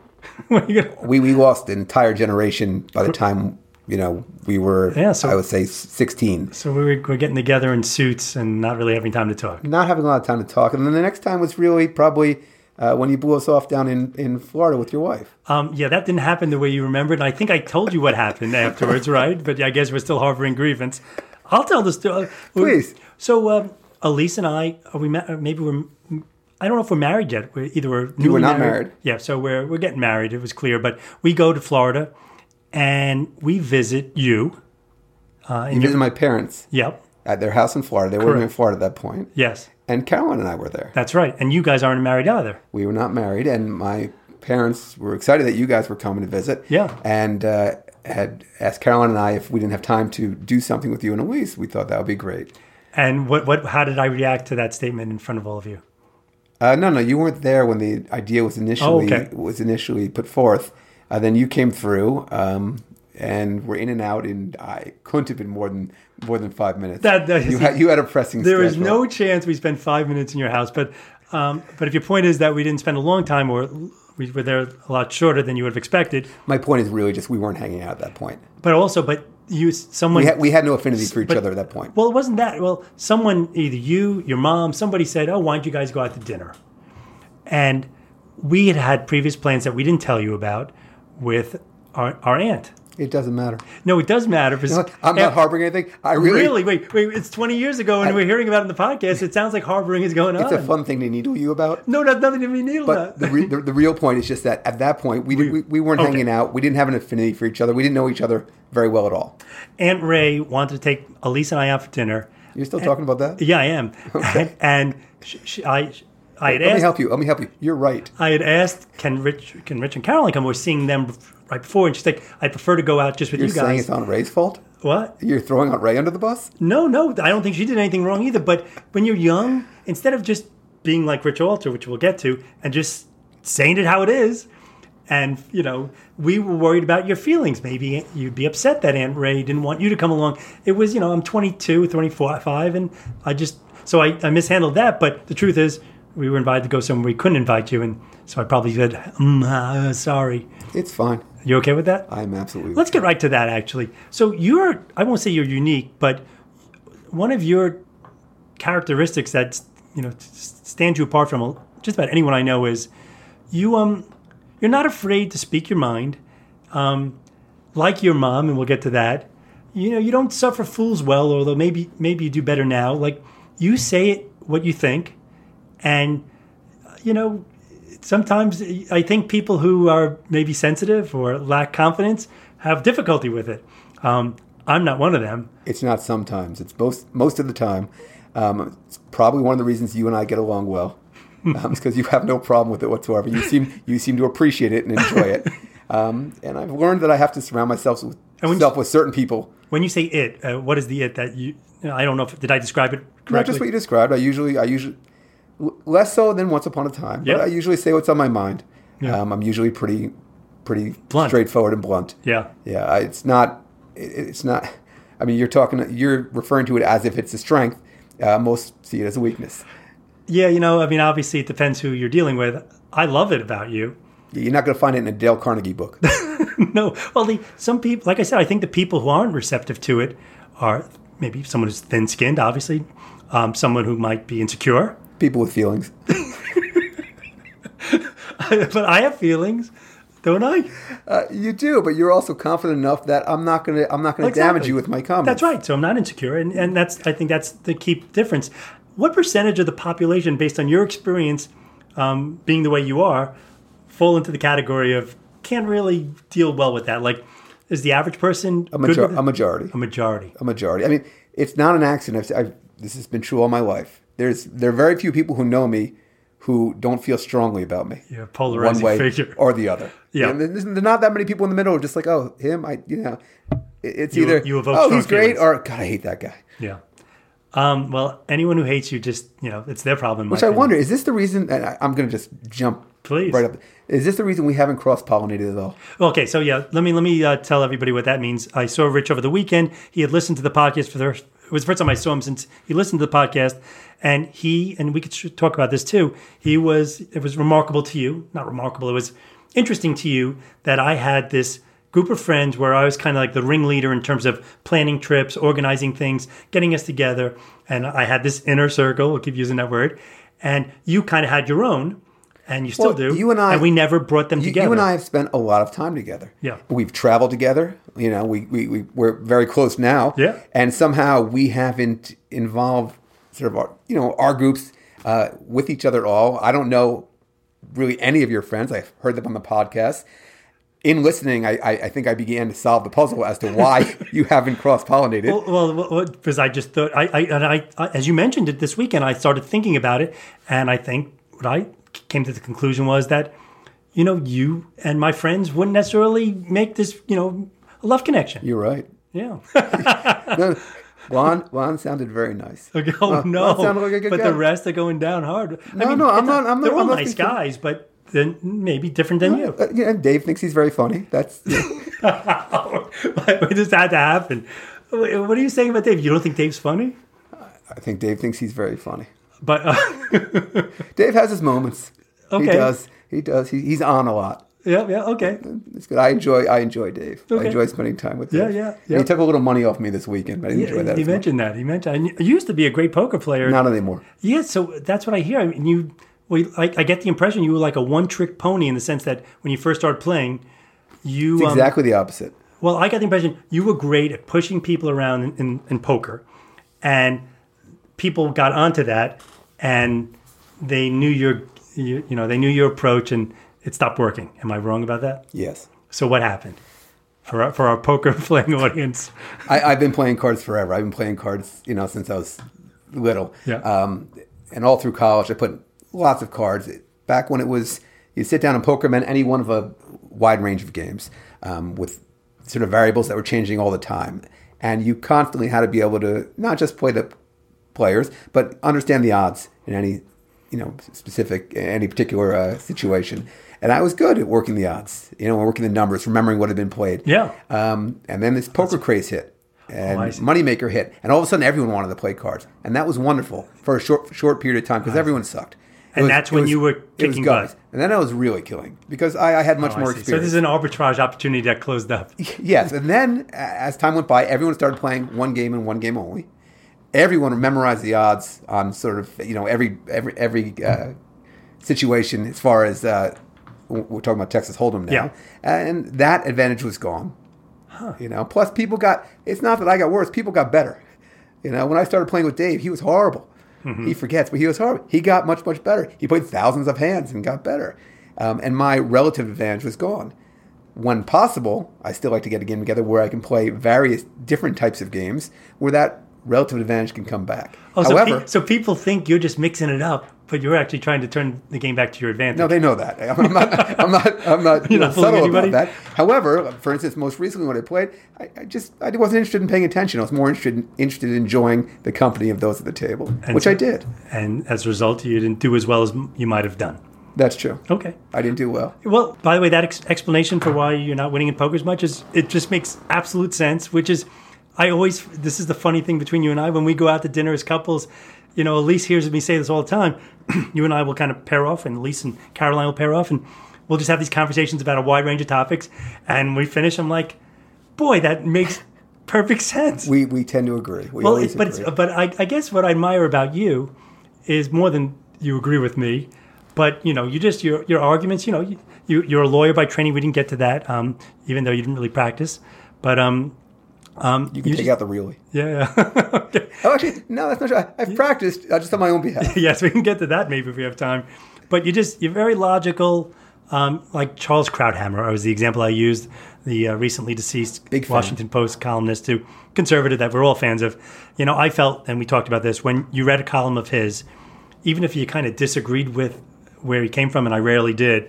Speaker 1: What are you gonna-
Speaker 3: we we lost an entire generation by the time you know we were
Speaker 1: Yeah, so-
Speaker 3: I would say 16
Speaker 1: so we were, we're getting together in suits and not really having time to talk.
Speaker 3: not having a lot of time to talk and then the next time was really probably uh, when you blew us off down in, in Florida with your wife
Speaker 1: Um, yeah, that didn't happen the way you remembered. And I think I told you what happened afterwards,
Speaker 3: [laughs]
Speaker 1: right? But I guess we're still harboring grievance. I'll tell the story.
Speaker 3: Please.
Speaker 1: So um, Elise and I, uh, we met. uh, Maybe we're. I don't know if we're married yet. We're either we're
Speaker 3: You were
Speaker 1: newly
Speaker 3: not married.
Speaker 1: Yeah, so we're we're getting married. It was clear, but we go to Florida, and we visit you. Uh, and
Speaker 3: You
Speaker 1: you-
Speaker 3: visit my parents
Speaker 1: yep.
Speaker 3: at their house in Florida. They were living in
Speaker 1: Correct.
Speaker 3: Florida at that point.
Speaker 1: Yes,
Speaker 3: And Carolyn and I were there.
Speaker 1: that's right. And you guys aren't married either.
Speaker 3: We were not married, and my parents were excited that you guys were coming to visit.
Speaker 1: Yeah.
Speaker 3: And uh, had asked Carolyn and I if we didn't have time to do something with you and Elise. We thought that would be great.
Speaker 1: And what what? How did I react to that statement in front of all of you?
Speaker 3: Uh, no, no, you weren't there when the idea was initially
Speaker 1: Oh, okay.
Speaker 3: was initially put forth. Uh, then you came through, um, and were in and out. And I couldn't have been more than more than five minutes.
Speaker 1: That- that is-
Speaker 3: you, had, you had a pressing.
Speaker 1: [laughs] There is
Speaker 3: schedule.
Speaker 1: no chance we spent five minutes in your house, but um, but if your point is that we didn't spend a long time, or we were there a lot shorter than you would have expected,
Speaker 3: My point is really just we weren't hanging out at that point.
Speaker 1: but also, but you someone
Speaker 3: We had we had no affinity for each
Speaker 1: But-
Speaker 3: other at that point.
Speaker 1: Well, it wasn't that. Well, someone, either you, your mom, somebody said, "Oh, why don't you guys go out to dinner?" And we had had previous plans that we didn't tell you about with our, our aunt.
Speaker 3: It doesn't matter.
Speaker 1: No, it does matter. because-
Speaker 3: I'm not harboring anything. I really,
Speaker 1: Really? Wait, wait. It's 20 years ago, and we're hearing about it in the podcast. It sounds like harboring is going
Speaker 3: it's
Speaker 1: on.
Speaker 3: a fun thing to needle you about.
Speaker 1: no, not, nothing to be needle
Speaker 3: But
Speaker 1: about.
Speaker 3: the, re- the, the real point is just that at that point we we, we, we weren't
Speaker 1: okay.
Speaker 3: hanging out. We didn't have an affinity for each other. We didn't know each other very well at all.
Speaker 1: Aunt Ray wanted to take Elise and I out for dinner.
Speaker 3: You're still talking about that?
Speaker 1: Yeah, I am. [laughs] And, and she, she, I, I had
Speaker 3: Let me
Speaker 1: asked
Speaker 3: help you. Let me help you. You're right.
Speaker 1: I had asked, "Can Rich, can Rich and Caroline come?" We are seeing them bef- right before, and she's like, "I prefer to go out just with
Speaker 3: You're
Speaker 1: you
Speaker 3: saying
Speaker 1: guys."
Speaker 3: it's on Ray's fault?
Speaker 1: what?
Speaker 3: You're throwing out Ray under the bus?
Speaker 1: No, no, I don't think she did anything wrong either. But when you're young, instead of just being like Rich Alter, which we'll get to, and just saying it how it is, and you know, we were worried about your feelings. Maybe you'd be upset that Aunt Ray didn't want you to come along. It was, you know, I'm 22, 24, five, and I just so I, I mishandled that. But the truth is. We were invited to go somewhere we couldn't invite you, and so I probably said, mm, uh, "Sorry."
Speaker 3: It's fine.
Speaker 1: You okay with that?
Speaker 3: I'm absolutely.
Speaker 1: Let's get right to that, actually. So you're, I won't say you're unique, but one of your characteristics that, you know, s- stands you apart from just about anyone I know is you, um, you're not afraid to speak your mind, um, like your mom, and we'll get to that. You know, you don't suffer fools well, although maybe, maybe you do better now. Like you say it, what you think, and you know, sometimes I think people who are maybe sensitive or lack confidence have difficulty with it. Um, I'm not one of them.
Speaker 3: It's not sometimes. It's most most of the time. Um, it's probably one of the reasons you and I get along well.
Speaker 1: Hmm.
Speaker 3: Um, because you have no problem with it whatsoever. You seem you seem to appreciate it and enjoy
Speaker 1: [laughs]
Speaker 3: it. Um, and I've learned that I have to surround myself with
Speaker 1: And when-
Speaker 3: myself with certain people.
Speaker 1: When you say it, uh, what is the it that you? I don't know if did I describe it correctly.
Speaker 3: Not just what you described. I usually I usually l- less so than once upon a time.
Speaker 1: Yep.
Speaker 3: But I usually say what's on my mind.
Speaker 1: Yeah.
Speaker 3: Um, I'm usually pretty pretty
Speaker 1: Blunt.
Speaker 3: straightforward and blunt.
Speaker 1: yeah.
Speaker 3: Yeah, I- it's not. it- It's not. I mean, you're talking. You're referring to it as if it's a strength. Uh, most see it as a weakness.
Speaker 1: Yeah. You know, I mean, obviously it depends who you're dealing with. I love it about you. [laughs]
Speaker 3: You're not going to find it in a Dale Carnegie book.
Speaker 1: no. Well, the, some people, like I said, I think the people who aren't receptive to it are maybe someone who's thin-skinned, obviously, um, someone who might be insecure. [laughs]
Speaker 3: People with feelings.
Speaker 1: but I have feelings, don't I?
Speaker 3: Uh, you do, but you're also confident enough that I'm not going to. I'm not going to damage
Speaker 1: Exactly.
Speaker 3: you with my comments.
Speaker 1: That's right. So I'm not insecure, and, and that's I think that's the key difference. What percentage of the population, based on your experience, um, being the way you are, fall into the category of can't really deal well with that? Like, is the average person
Speaker 3: A, major-
Speaker 1: good with it?
Speaker 3: a majority.
Speaker 1: a majority?
Speaker 3: A majority. I mean, it's not an accident. I've, I've, this has been true all my life. There's there are very few people who know me who don't feel strongly about me.
Speaker 1: You're a polarizing
Speaker 3: one way
Speaker 1: figure.
Speaker 3: or the other.
Speaker 1: Yeah.
Speaker 3: and there's, there's not that many people in the middle. who are Just like, oh, him, I, you know, It- it's
Speaker 1: You-
Speaker 3: either
Speaker 1: you evoke
Speaker 3: oh,
Speaker 1: strong
Speaker 3: he's great,
Speaker 1: feelings.
Speaker 3: or God, I hate that guy.
Speaker 1: yeah. Um, well, anyone who hates you, just you know, it's their problem. in my
Speaker 3: Which I
Speaker 1: opinion.
Speaker 3: wonder, is this the reason? And I, I'm going to just jump
Speaker 1: Please.
Speaker 3: right up. Is this the reason we haven't cross pollinated at all?
Speaker 1: Okay, so yeah, let me let me uh, tell everybody what that means. I saw Rich over the weekend. He had listened to the podcast for the it was the first time I saw him since he listened to the podcast, and he and we could sh- talk about this too. He was it was remarkable to you, not remarkable. It was interesting to you that I had this group of friends where I was kind of like the ringleader in terms of planning trips, organizing things, getting us together, and I had this inner circle. We'll keep using that word, and you kind of had your own. And you still
Speaker 3: Well,
Speaker 1: do.
Speaker 3: you and I-
Speaker 1: and we never brought them
Speaker 3: You,
Speaker 1: together.
Speaker 3: you and I have spent a lot of time together.
Speaker 1: Yeah.
Speaker 3: We've traveled together. You know, we, we, we, we're very close now.
Speaker 1: Yeah.
Speaker 3: And somehow we haven't involved sort of our, you know, our groups. uh, with each other at all. I don't know really any of your friends. I've heard them on the podcast. In listening, I, I, I think I began to solve the puzzle as
Speaker 1: [laughs]
Speaker 3: to why you haven't cross pollinated.
Speaker 1: Well, well, because I just thought I, I and I, I as you mentioned it this weekend, I started thinking about it, and I think what I came to the conclusion was that you know you and my friends wouldn't necessarily make this you know a love connection.
Speaker 3: You're right.
Speaker 1: yeah.
Speaker 3: [laughs] No, Juan, Juan sounded very nice.
Speaker 1: Okay, oh
Speaker 3: Juan-
Speaker 1: no!
Speaker 3: Juan sounded like a good
Speaker 1: but
Speaker 3: guy.
Speaker 1: the rest are going down hard.
Speaker 3: No, no, I'm not- I'm not-
Speaker 1: They're all
Speaker 3: I'm not
Speaker 1: nice
Speaker 3: thinking-
Speaker 1: guys, but then maybe different than you.
Speaker 3: Uh, yeah, and Dave thinks he's very funny. That's
Speaker 1: [laughs] Why why does that happen? Wait, What are you saying about Dave? You don't think Dave's funny?
Speaker 3: I think Dave thinks he's very funny.
Speaker 1: But [laughs] uh,
Speaker 3: Dave has his moments.
Speaker 1: Okay.
Speaker 3: He does. He does. He, he's on a lot.
Speaker 1: yeah, yeah, okay.
Speaker 3: It's good. I enjoy. I enjoy Dave.
Speaker 1: Okay.
Speaker 3: I enjoy spending time with
Speaker 1: Yeah,
Speaker 3: Dave.
Speaker 1: yeah,
Speaker 3: And
Speaker 1: yeah.
Speaker 3: He took a little money off me this weekend. But I enjoy that.
Speaker 1: he
Speaker 3: as much.
Speaker 1: mentioned that. He mentioned and you used to be a great poker player.
Speaker 3: Not anymore.
Speaker 1: Yeah, so that's what I hear. I mean, you, well, you- I, I get the impression you were like a one-trick pony in the sense that when you first started playing, you
Speaker 3: It's
Speaker 1: um,
Speaker 3: exactly the opposite.
Speaker 1: Well, I got the impression you were great at pushing people around in, in, in poker, and people got onto that, and they knew your, you, you know, they knew your approach, and it stopped working. Am I wrong about that?
Speaker 3: Yes.
Speaker 1: So what happened for our, for our poker [laughs] playing audience?
Speaker 3: I, I've been playing cards forever. I've been playing cards, you know, since I was little.
Speaker 1: Yeah.
Speaker 3: Um, and all through college, I put lots of cards. Back when it was, you sit down and Pokemon any one of a wide range of games um, with sort of variables that were changing all the time, and you constantly had to be able to not just play the players, but understand the odds in any, you know, specific any particular uh, situation. And I was good at working the odds, you know, working the numbers, remembering what had been played.
Speaker 1: Yeah.
Speaker 3: Um, and then this poker craze hit, and
Speaker 1: I see.
Speaker 3: moneymaker hit, and all of a sudden everyone wanted to play cards, and that was wonderful for a short short period of time because everyone sucked. It
Speaker 1: And that's
Speaker 3: it
Speaker 1: when you were
Speaker 3: it was
Speaker 1: kicking
Speaker 3: guns.
Speaker 1: butt.
Speaker 3: and then I was really killing because I, I had much
Speaker 1: Oh, I
Speaker 3: more
Speaker 1: see. so this
Speaker 3: experience.
Speaker 1: is an arbitrage opportunity that closed up.
Speaker 3: [laughs] yes, and then a- as time went by, everyone started playing one game and one game only. Everyone memorized the odds on sort of you know every every every uh, situation as far as uh, w- we're talking about Texas Hold'em now,
Speaker 1: Yeah.
Speaker 3: and that advantage was gone. You know, plus people got. It's not that I got worse; people got better. You know, when I started playing with Dave, he was horrible.
Speaker 1: Mm-hmm.
Speaker 3: He forgets, but he was horrible. He got much much better. He played thousands of hands and got better. Um, and my relative advantage was gone. When possible, I still like to get a game together where I can play various different types of games where that relative advantage can come back.
Speaker 1: Oh, so,
Speaker 3: However,
Speaker 1: pe- so people think you're just mixing it up, but you're actually trying to turn the game back to your advantage.
Speaker 3: No, they know that. I'm not. I'm not. I'm
Speaker 1: [laughs]
Speaker 3: not,
Speaker 1: You're not fooling
Speaker 3: subtle
Speaker 1: anybody?
Speaker 3: about that. However, for instance, most recently when I played, I, I just I wasn't interested in paying attention. I was more interested in, interested in enjoying the company of those at the table, which
Speaker 1: so-
Speaker 3: I did.
Speaker 1: and as a result, you didn't do as well as m- you might have done.
Speaker 3: That's true.
Speaker 1: Okay.
Speaker 3: I didn't do well.
Speaker 1: Well, by the way, that ex- explanation for why you're not winning in poker as much is it just makes absolute sense. Which is, I always this is the funny thing between you and I when we go out to dinner as couples. You know, Elise hears me say this all the time. [clears throat] you and I will kind of pair off, and Elise and Caroline will pair off, and we'll just have these conversations about a wide range of topics. And we finish. I'm like, boy, that makes perfect sense.
Speaker 3: We we tend to agree. We
Speaker 1: Well, it's,
Speaker 3: always
Speaker 1: Oh, but it's,
Speaker 3: agree.
Speaker 1: but I, I guess what I admire about you is more than you agree with me, but you know, you just your your arguments. You know, you, you you're a lawyer by training. We didn't get to that, um, even though you didn't really practice. But um,
Speaker 3: you can
Speaker 1: you
Speaker 3: take
Speaker 1: just-
Speaker 3: out the really.
Speaker 1: yeah, [laughs] yeah. Okay.
Speaker 3: Oh, actually, no, that's not true. I, I've practiced uh, just on my
Speaker 1: [laughs]
Speaker 3: own behalf.
Speaker 1: yes, we can get to that maybe if we have time. But you just you're very logical. Um, like Charles Krauthammer was the example I used, the uh, recently deceased
Speaker 3: Big fan.
Speaker 1: Washington Post columnist, who conservative that we're all fans of. You know, I felt, and we talked about this when you read a column of his, even if you kind of disagreed with where he came from, and I rarely did.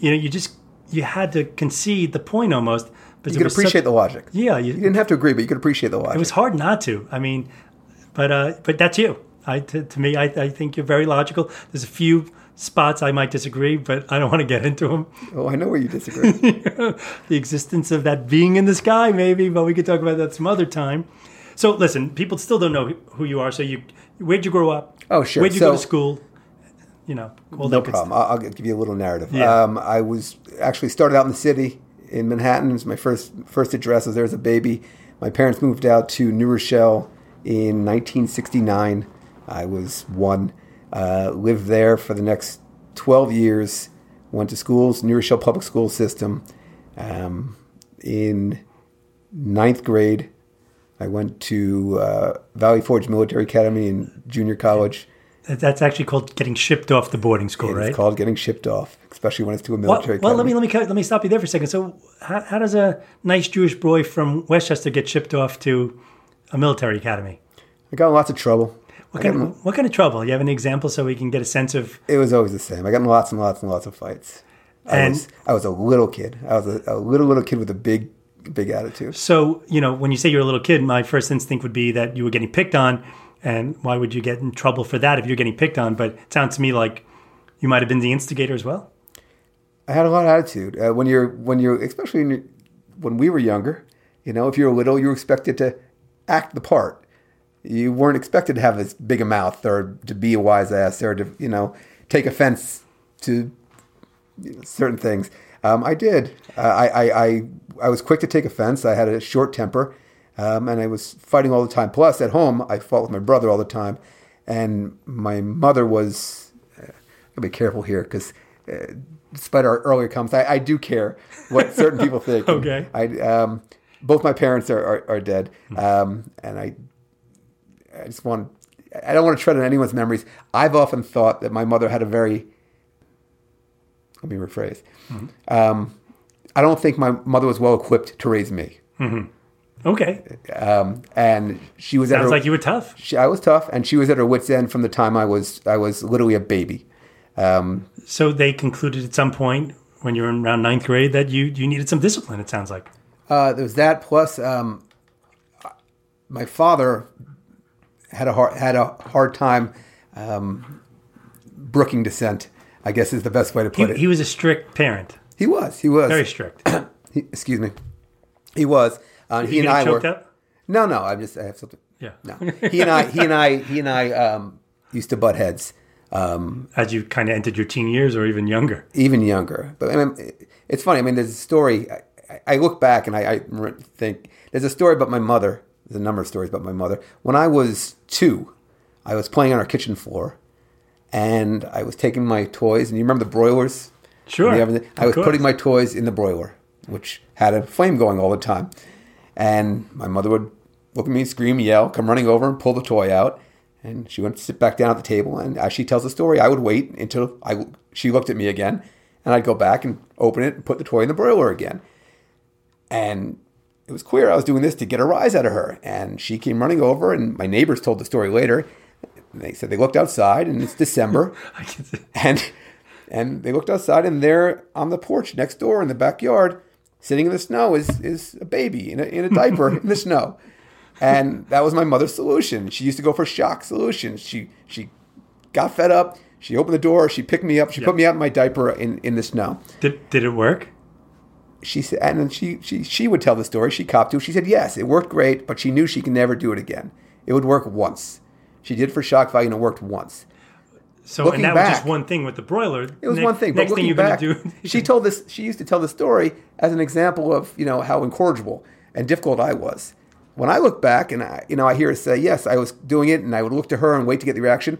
Speaker 1: You know, you just you had to concede the point almost. But
Speaker 3: You can appreciate the logic.
Speaker 1: yeah,
Speaker 3: You didn't have to agree, but you could appreciate the logic.
Speaker 1: it was hard not to. I mean, but uh, but that's you. I to, to me, I, I think you're very logical. There's a few spots I might disagree, but I don't want to get into them.
Speaker 3: oh, I know where you disagree.
Speaker 1: [laughs] the existence of that being in the sky, maybe, but we could talk about that some other time. So listen, people still don't know who you are. So you, where'd you grow up?
Speaker 3: Oh, sure.
Speaker 1: Where'd you go to
Speaker 3: So-
Speaker 1: school? You know, all
Speaker 3: No
Speaker 1: that good
Speaker 3: problem. I'll, I'll give you a little narrative.
Speaker 1: Yeah.
Speaker 3: Um, I was actually started out in the city in Manhattan. It was my first first address. I was there as a baby. My parents moved out to New Rochelle in 1969. I was one. Uh, lived there for the next 12 years. Went to schools, New Rochelle Public School System. Um, in ninth grade, I went to uh, Valley Forge Military Academy in junior college.
Speaker 1: That- That's actually called getting shipped off the boarding school, right?
Speaker 3: It's called getting shipped off, especially when it's to a
Speaker 1: Well,
Speaker 3: military.
Speaker 1: well, let
Speaker 3: company.
Speaker 1: me let me cut- let me stop you there for a second. So, how, how does a nice Jewish boy from Westchester get shipped off to a military academy?
Speaker 3: I got in lots of trouble.
Speaker 1: What kind of, what kind of trouble? You have an example so we can get a sense of.
Speaker 3: It was always the same. I got in lots and lots and lots of fights. I
Speaker 1: And-
Speaker 3: was, I was a little kid. I was a, a little little kid with a big big attitude.
Speaker 1: So, you know, when you say you're a little kid, my first instinct would be that you were getting picked on, and why would you get in trouble for that if you're getting picked on? But it sounds to me like you might have been the instigator as well.
Speaker 3: I had a lot of attitude. Uh, when you're when you're especially when, you're, when we were younger, you know, if you're little, you were expected to act the part. You weren't expected to have as big a mouth or to be a wise ass or to you know take offense to you know, certain things. Um, I did. Uh, I, I I I was quick to take offense. I had a short temper, um, and I was fighting all the time. Plus, at home, I fought with my brother all the time, and my mother was. Uh, I'll be careful here because. Uh, Despite our earlier comments, I, I do care what certain people think.
Speaker 1: Okay.
Speaker 3: I um, both my parents are are, are dead, um, and I I just want I don't want to tread on anyone's memories. I've often thought that my mother had a very let me rephrase.
Speaker 1: Mm-hmm.
Speaker 3: Um, I don't think my mother was well equipped to raise me,
Speaker 1: Okay,
Speaker 3: um, and she was at
Speaker 1: sounds
Speaker 3: her,
Speaker 1: like you were tough.
Speaker 3: she, I was tough, and she was at her wits' end from the time I was I was literally a baby. Um,
Speaker 1: So they concluded at some point when you were in around ninth grade that you you needed some discipline. It sounds like.
Speaker 3: Uh, there was that. Plus, um, my father had a hard, had a hard time um, brooking dissent. I guess is the best way to put
Speaker 1: He,
Speaker 3: it.
Speaker 1: he was a strict parent,
Speaker 3: He was. He was.
Speaker 1: very strict.
Speaker 3: He- excuse me. He was. Um, he
Speaker 1: You
Speaker 3: and
Speaker 1: get
Speaker 3: I were.
Speaker 1: choked up?
Speaker 3: No, no. I just. I have something.
Speaker 1: Yeah.
Speaker 3: No. He and I. He and I. He and I um, used to butt heads. Um,
Speaker 1: [laughs] As you kind of entered your teen years or even younger. [laughs]
Speaker 3: even younger. But I mean, it's funny. I mean, there's a story. I, I- I look back and I, I re- think there's a story about my mother. There's a number of stories about my mother. When I was two, I was playing on our kitchen floor, and I was taking my toys. And you remember the broilers?
Speaker 1: Sure,
Speaker 3: And the everything? I
Speaker 1: of
Speaker 3: was
Speaker 1: course.
Speaker 3: putting my toys in the broiler, which had a flame going all the time. And my mother would look at me, scream, yell, come running over and pull the toy out. And she went to sit back down at the table. And as she tells the story, I would wait until I, she looked at me again. And I'd go back and open it and put the toy in the broiler again. And it was queer. I was doing this to get a rise out of her. And she came running over. And my neighbors told the story later. And they said they looked outside and it's December.
Speaker 1: [laughs] I can see-
Speaker 3: [laughs] and and they looked outside and there on the porch next door in the backyard sitting in the snow is is a baby in a, in a diaper in the snow and that was my mother's solution she used to go for shock solutions she she got fed up she opened the door she picked me up she put me out in my diaper in in the snow
Speaker 1: Did did it work?
Speaker 3: she said, and then she, she, she would tell the story. She copped to it. She said, yes, it worked great, but she knew she could never do it again. It would work once. She did for shock value and it worked once.
Speaker 1: So
Speaker 3: Looking
Speaker 1: and that was just
Speaker 3: back-
Speaker 1: one thing with the broiler.
Speaker 3: It was
Speaker 1: Next-
Speaker 3: one thing, but
Speaker 1: Next
Speaker 3: looking
Speaker 1: thing you're
Speaker 3: back,
Speaker 1: gonna do.
Speaker 3: [laughs] she told this. She used to tell the story as an example of you know how incorrigible and difficult I was. When I look back and I, you know I hear her say, "Yes, I was doing it," and I would look to her and wait to get the reaction.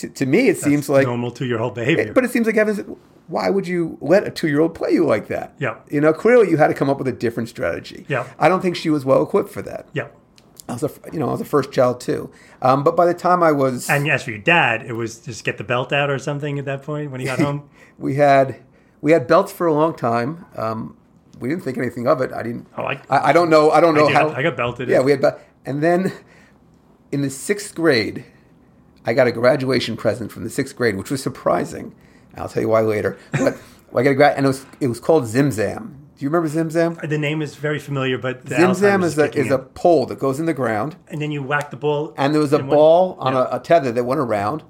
Speaker 3: To, to me, it seems like
Speaker 1: normal to your whole behavior.
Speaker 3: but it seems like Evans. Why would you let a two-year-old play you like that?
Speaker 1: Yeah.
Speaker 3: You know, clearly you had to come up with a different strategy.
Speaker 1: Yeah.
Speaker 3: I don't think she was well equipped for that.
Speaker 1: yeah.
Speaker 3: I was a, you know, I was a first child too. Um, but by the time I was,
Speaker 1: And as for your dad, it was just get the belt out or something at that point when he
Speaker 3: [laughs]
Speaker 1: got home.
Speaker 3: we had, we had belts for a long time. Um, we didn't think anything of it. I didn't.
Speaker 1: Oh, I-
Speaker 3: I, I don't know. I don't know
Speaker 1: did.
Speaker 3: how.
Speaker 1: I got belted.
Speaker 3: Yeah, we had. Bel- and then, in the sixth grade, I got a graduation present from the sixth grade, which was surprising. I'll tell you why later. But I got a grad, and it was it was called Zimzam. Do you remember Zimzam?
Speaker 1: The name is very familiar, but the
Speaker 3: Zimzam
Speaker 1: Alzheimer's
Speaker 3: is a
Speaker 1: kicking
Speaker 3: is
Speaker 1: in.
Speaker 3: a pole that goes in the ground,
Speaker 1: and then you whack the ball.
Speaker 3: and there was a
Speaker 1: in one-
Speaker 3: ball on
Speaker 1: Yeah.
Speaker 3: a, a tether that went around.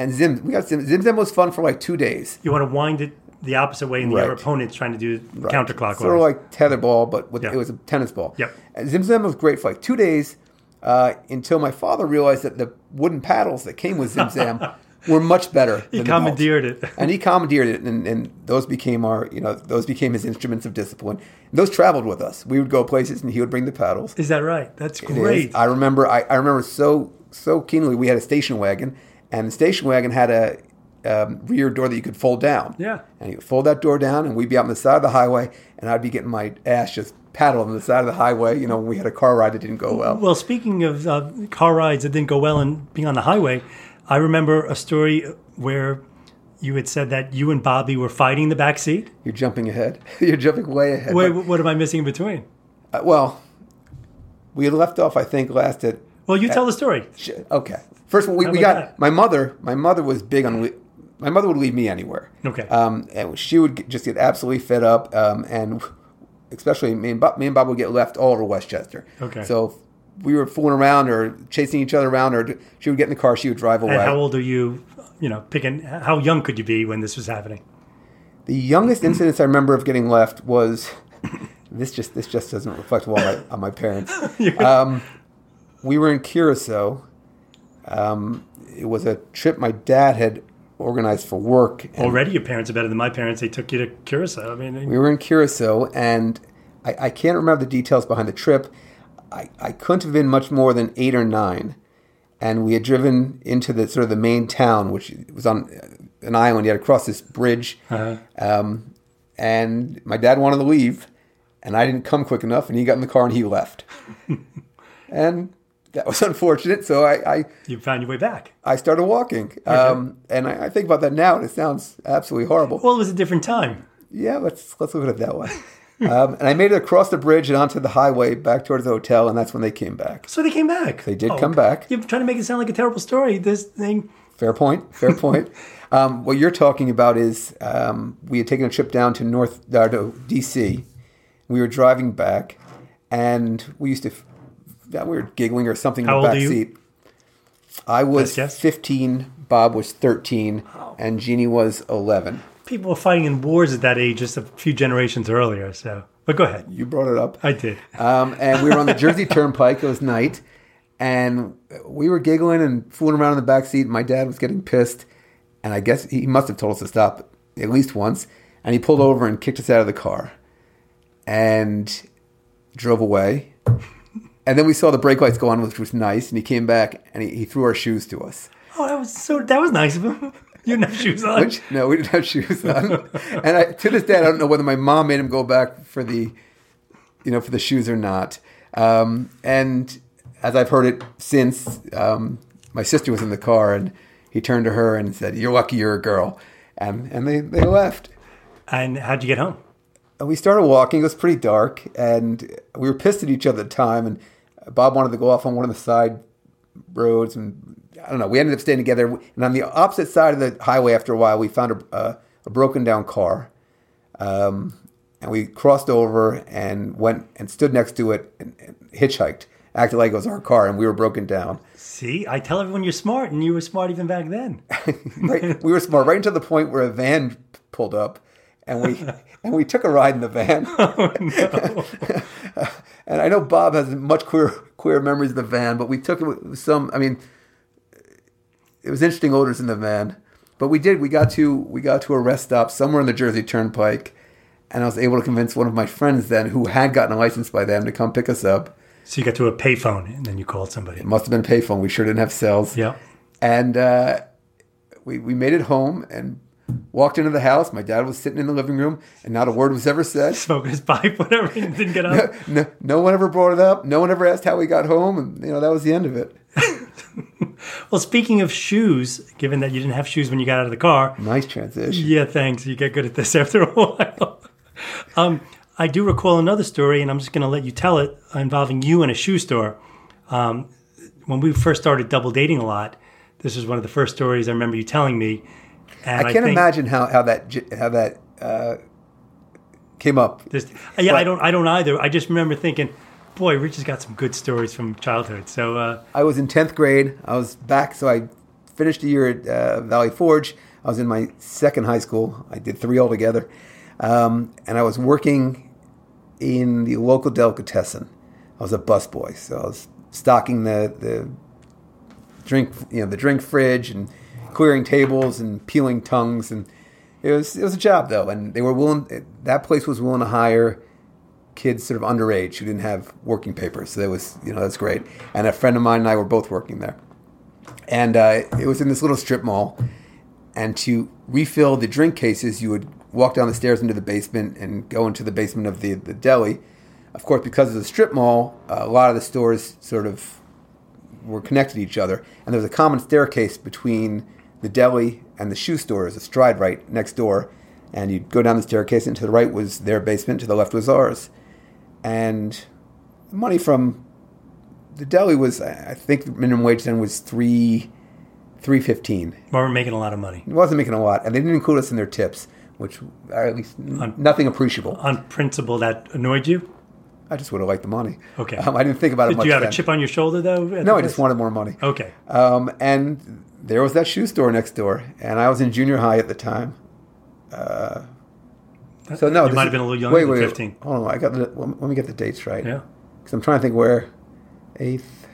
Speaker 3: And Zim, we got Zim, Zimzam was fun for like two days.
Speaker 1: You want to wind it the opposite way, and the
Speaker 3: Right.
Speaker 1: other opponent's trying to do
Speaker 3: Right.
Speaker 1: counterclockwise.
Speaker 3: Sort of like tetherball, but with,
Speaker 1: Yeah.
Speaker 3: it was a tennis ball.
Speaker 1: Yep.
Speaker 3: And Zim Zam was great for like two days uh, until my father realized that the wooden paddles that came with
Speaker 1: [laughs]
Speaker 3: Zim Zam were much
Speaker 1: he
Speaker 3: better. than the paddles.
Speaker 1: commandeered it. [laughs]
Speaker 3: And he commandeered it, and, and those became our, you know, those became his instruments of discipline. And those traveled with us. We would go places, and he would bring the paddles.
Speaker 1: Is that right? That's
Speaker 3: It is.
Speaker 1: great.
Speaker 3: I remember. I, I remember so so keenly. We had a station wagon, and the station wagon had a um, rear door that you could fold down.
Speaker 1: Yeah.
Speaker 3: And you could fold that door down, and we'd be out on the side of the highway, and I'd be getting my ass just paddled on the side of the highway. You know, when
Speaker 1: Mm-hmm.
Speaker 3: we had a car ride that didn't go well.
Speaker 1: Well, speaking of uh, car rides that didn't go well and being on the highway, I remember a story where you had said that you and Bobby were fighting the back seat.
Speaker 3: You're jumping ahead. [laughs] You're jumping way ahead.
Speaker 1: Wait,
Speaker 3: But,
Speaker 1: wh- what am I missing in between?
Speaker 3: uh, well, we had left off, I think, last at
Speaker 1: Well, you tell the story.
Speaker 3: Sh- Okay. First of all, we,
Speaker 1: How
Speaker 3: we
Speaker 1: about
Speaker 3: got
Speaker 1: that?
Speaker 3: my mother. My mother was big on. le- My mother would leave me anywhere.
Speaker 1: Okay.
Speaker 3: Um, and she would get, just get absolutely fed up, um, and especially me and Bob, me and Bob would get left all over Westchester.
Speaker 1: Okay.
Speaker 3: So if we were fooling around or chasing each other around, or she would get in the car, she would drive away.
Speaker 1: And how old are you? You know, picking how young could you be when this was happening?
Speaker 3: The youngest incidents I remember of getting left was this. Just this just doesn't reflect well on my, on my parents. Um, we were in Curacao. Um, it was a trip my dad had organized for work. and
Speaker 1: Already, your parents are better than my parents. They took you to Curacao. I mean,
Speaker 3: we were in Curacao, and I, I can't remember the details behind the trip. I, I couldn't have been much more than eight or nine, and we had driven into the sort of the main town, which was on uh, an island. You had to cross this bridge, um, and my dad wanted to leave, and I didn't come quick enough, and he got in the car and he left, and that was [laughs] unfortunate. So I, I
Speaker 1: you found your way back.
Speaker 3: I started walking, um, and I, I think about that now, and it sounds absolutely horrible.
Speaker 1: Well, it was a different time.
Speaker 3: Yeah, let's let's look at it that way. [laughs] um, and I made it across the bridge and onto the highway back towards the hotel, and that's when they came back.
Speaker 1: So they came back. They
Speaker 3: did come back.
Speaker 1: You're trying to make it sound like a terrible story. This thing.
Speaker 3: Fair
Speaker 1: [laughs]
Speaker 3: point. Fair point. Um, what you're talking about is um, we had taken a trip down to North uh, to DC. We were driving back, and we used to yeah, we were giggling or something
Speaker 1: How
Speaker 3: in the
Speaker 1: old
Speaker 3: back
Speaker 1: are you?
Speaker 3: seat. I was
Speaker 1: Best guess?
Speaker 3: 15. Bob was 13, and Jeannie was 11.
Speaker 1: People were fighting in wars at that age just a few generations earlier. So, but go ahead.
Speaker 3: You brought it up.
Speaker 1: I did.
Speaker 3: Um, and we were on the Jersey Turnpike. It was night, and we were giggling and fooling around in the back seat. My dad was getting pissed, and I guess he must have told us to stop at least once. And he pulled over and kicked us out of the car, and drove away. And then we saw the brake lights go on, which was nice. And he came back and he, he threw our shoes to us.
Speaker 1: Oh, that was so. That was nice of him. [laughs] You didn't have shoes on.
Speaker 3: Which no, we didn't have shoes on. and I, to this day, I don't know whether my mom made him go back for the, you know, for the shoes or not. Um, and as I've heard it since, um, my sister was in the car and he turned to her and said, "You're lucky you're a girl," and and they they left.
Speaker 1: and how'd you get home?
Speaker 3: And we started walking. It was pretty dark, and we were pissed at each other at the time. And Bob wanted to go off on one of the side roads, and I don't know. We ended up staying together. And on the opposite side of the highway, after a while, we found a, a, a broken down car, um, and we crossed over and went and stood next to it and, and hitchhiked, acted like it was our car, and we were broken down.
Speaker 1: See, I tell everyone you're smart, and you were smart even back then.
Speaker 3: right, we were smart right until the point where a van pulled up, and we and we took a ride in the van. [laughs] and I know Bob has much queer queer memories of the van, but we took it with some. I mean, it was interesting odors in the van, but we did. We got to we got to a rest stop somewhere on the Jersey Turnpike, and I was able to convince one of my friends then, who had gotten a license by then, to come pick us up.
Speaker 1: [laughs] So you got to a payphone, and then you called somebody.
Speaker 3: It must have been a payphone. We sure didn't have cells
Speaker 1: Yeah.
Speaker 3: and uh, we we made it home and walked into the house. My dad was sitting in the living room, and not a word was ever said. [laughs]
Speaker 1: Smoking his [laughs] pipe, whatever. He didn't get [laughs] up.
Speaker 3: No, no one ever brought it up. No one ever asked how we got home, and you know that was the end of it.
Speaker 1: Well, speaking of shoes, given that you didn't have shoes when you got out of the car,
Speaker 3: Nice transition.
Speaker 1: yeah, thanks. You get good at this [laughs] after a while. um, I do recall another story, and I'm just going to let you tell it involving you in a shoe store. Um, when we first started double dating a lot, this was one of the first stories I remember you telling me. And
Speaker 3: I can't
Speaker 1: think
Speaker 3: imagine how how that j- how that uh, came up.
Speaker 1: This, yeah, I don't. I don't either. I just remember thinking, boy, Rich has got some good stories from childhood. So uh,
Speaker 3: I was in tenth grade. I was back, so I finished a year at uh, Valley Forge. I was in my second high school. I did three altogether, um, and I was working in the local delicatessen. I was a busboy, so I was stocking the the drink, you know, the drink fridge and clearing tables and peeling tongues, and it was it was a job though, and they were willing. That place was willing to hire kids sort of underage who didn't have working papers. So that was, you know, that's great. And a friend of mine and I were both working there. And uh, it was in this little strip mall. And to refill the drink cases, you would walk down the stairs into the basement and go into the basement of the, the deli. Of course, because of the strip mall, uh, a lot of the stores sort of were connected to each other, and there was a common staircase between the deli and the shoe stores astride right next door. And you'd go down the staircase, and to the right was their basement, to the left was ours. And the money from the deli was, I I think, the minimum wage then was three, three fifteen.
Speaker 1: But we're making a lot of money
Speaker 3: It wasn't making a lot, and they didn't include us in their tips, which or at least n- nothing appreciable.
Speaker 1: on principle that annoyed you.
Speaker 3: I just would have liked the money.
Speaker 1: Okay.
Speaker 3: um, I didn't think about it
Speaker 1: Did
Speaker 3: much.
Speaker 1: you have a
Speaker 3: then.
Speaker 1: chip on your Oh. shoulder though?
Speaker 3: No, I just wanted more money.
Speaker 1: Okay.
Speaker 3: Um, and there was that shoe store next door, and I was in junior high at the time. Uh, so no,
Speaker 1: you
Speaker 3: this
Speaker 1: might
Speaker 3: is-
Speaker 1: have been a little younger
Speaker 3: Wait,
Speaker 1: than
Speaker 3: wait,
Speaker 1: 15.
Speaker 3: Hold on, I got. The, let me get the dates right.
Speaker 1: Yeah.
Speaker 3: Because I'm trying to think where eighth.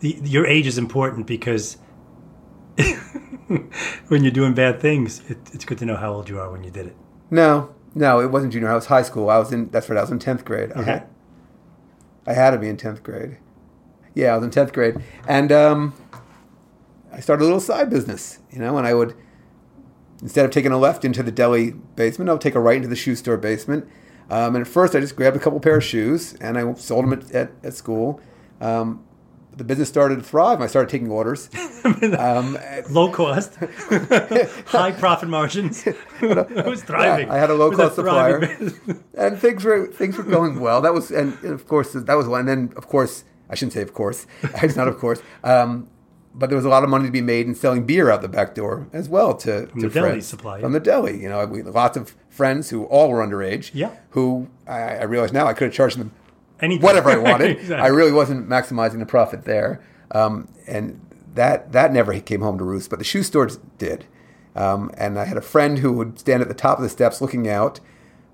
Speaker 1: The, your age is important because [laughs] when you're doing bad things, it, it's good to know how old you are when you did it.
Speaker 3: No, no, it wasn't junior high. It was high school. I was in. That's right. I was in tenth grade. I
Speaker 1: Okay.
Speaker 3: had- I had to be in tenth grade. Yeah, I was in tenth grade, and um, I started a little side business, you know. And I would, instead of taking a left into the deli basement, I would take a right into the shoe store basement. Um, and at first, I just grabbed a couple pair of shoes and I sold them at, at, at school. Um, the business started to thrive. and I started taking orders. [laughs] um,
Speaker 1: Low cost, [laughs] high profit
Speaker 3: [laughs]
Speaker 1: margins. it was thriving.
Speaker 3: I had a low
Speaker 1: It was
Speaker 3: cost supplier,
Speaker 1: thriving business.
Speaker 3: [laughs] and things were things were going well. That was, and of course, that was one. And then, of course, I shouldn't say of course. [laughs] It's not of course, um, but there was a lot of money to be made in selling beer out the back door as well to from to
Speaker 1: the deli
Speaker 3: friends.
Speaker 1: supply,
Speaker 3: from the deli. You know, we lots of friends who all were underage.
Speaker 1: Yeah.
Speaker 3: who I, I realize now I could have charged them
Speaker 1: [laughs] Anything.
Speaker 3: whatever I wanted.
Speaker 1: Exactly.
Speaker 3: I really wasn't maximizing the profit there, um, and that that never came home to roost. But the shoe stores did, um, and I had a friend who would stand at the top of the steps looking out.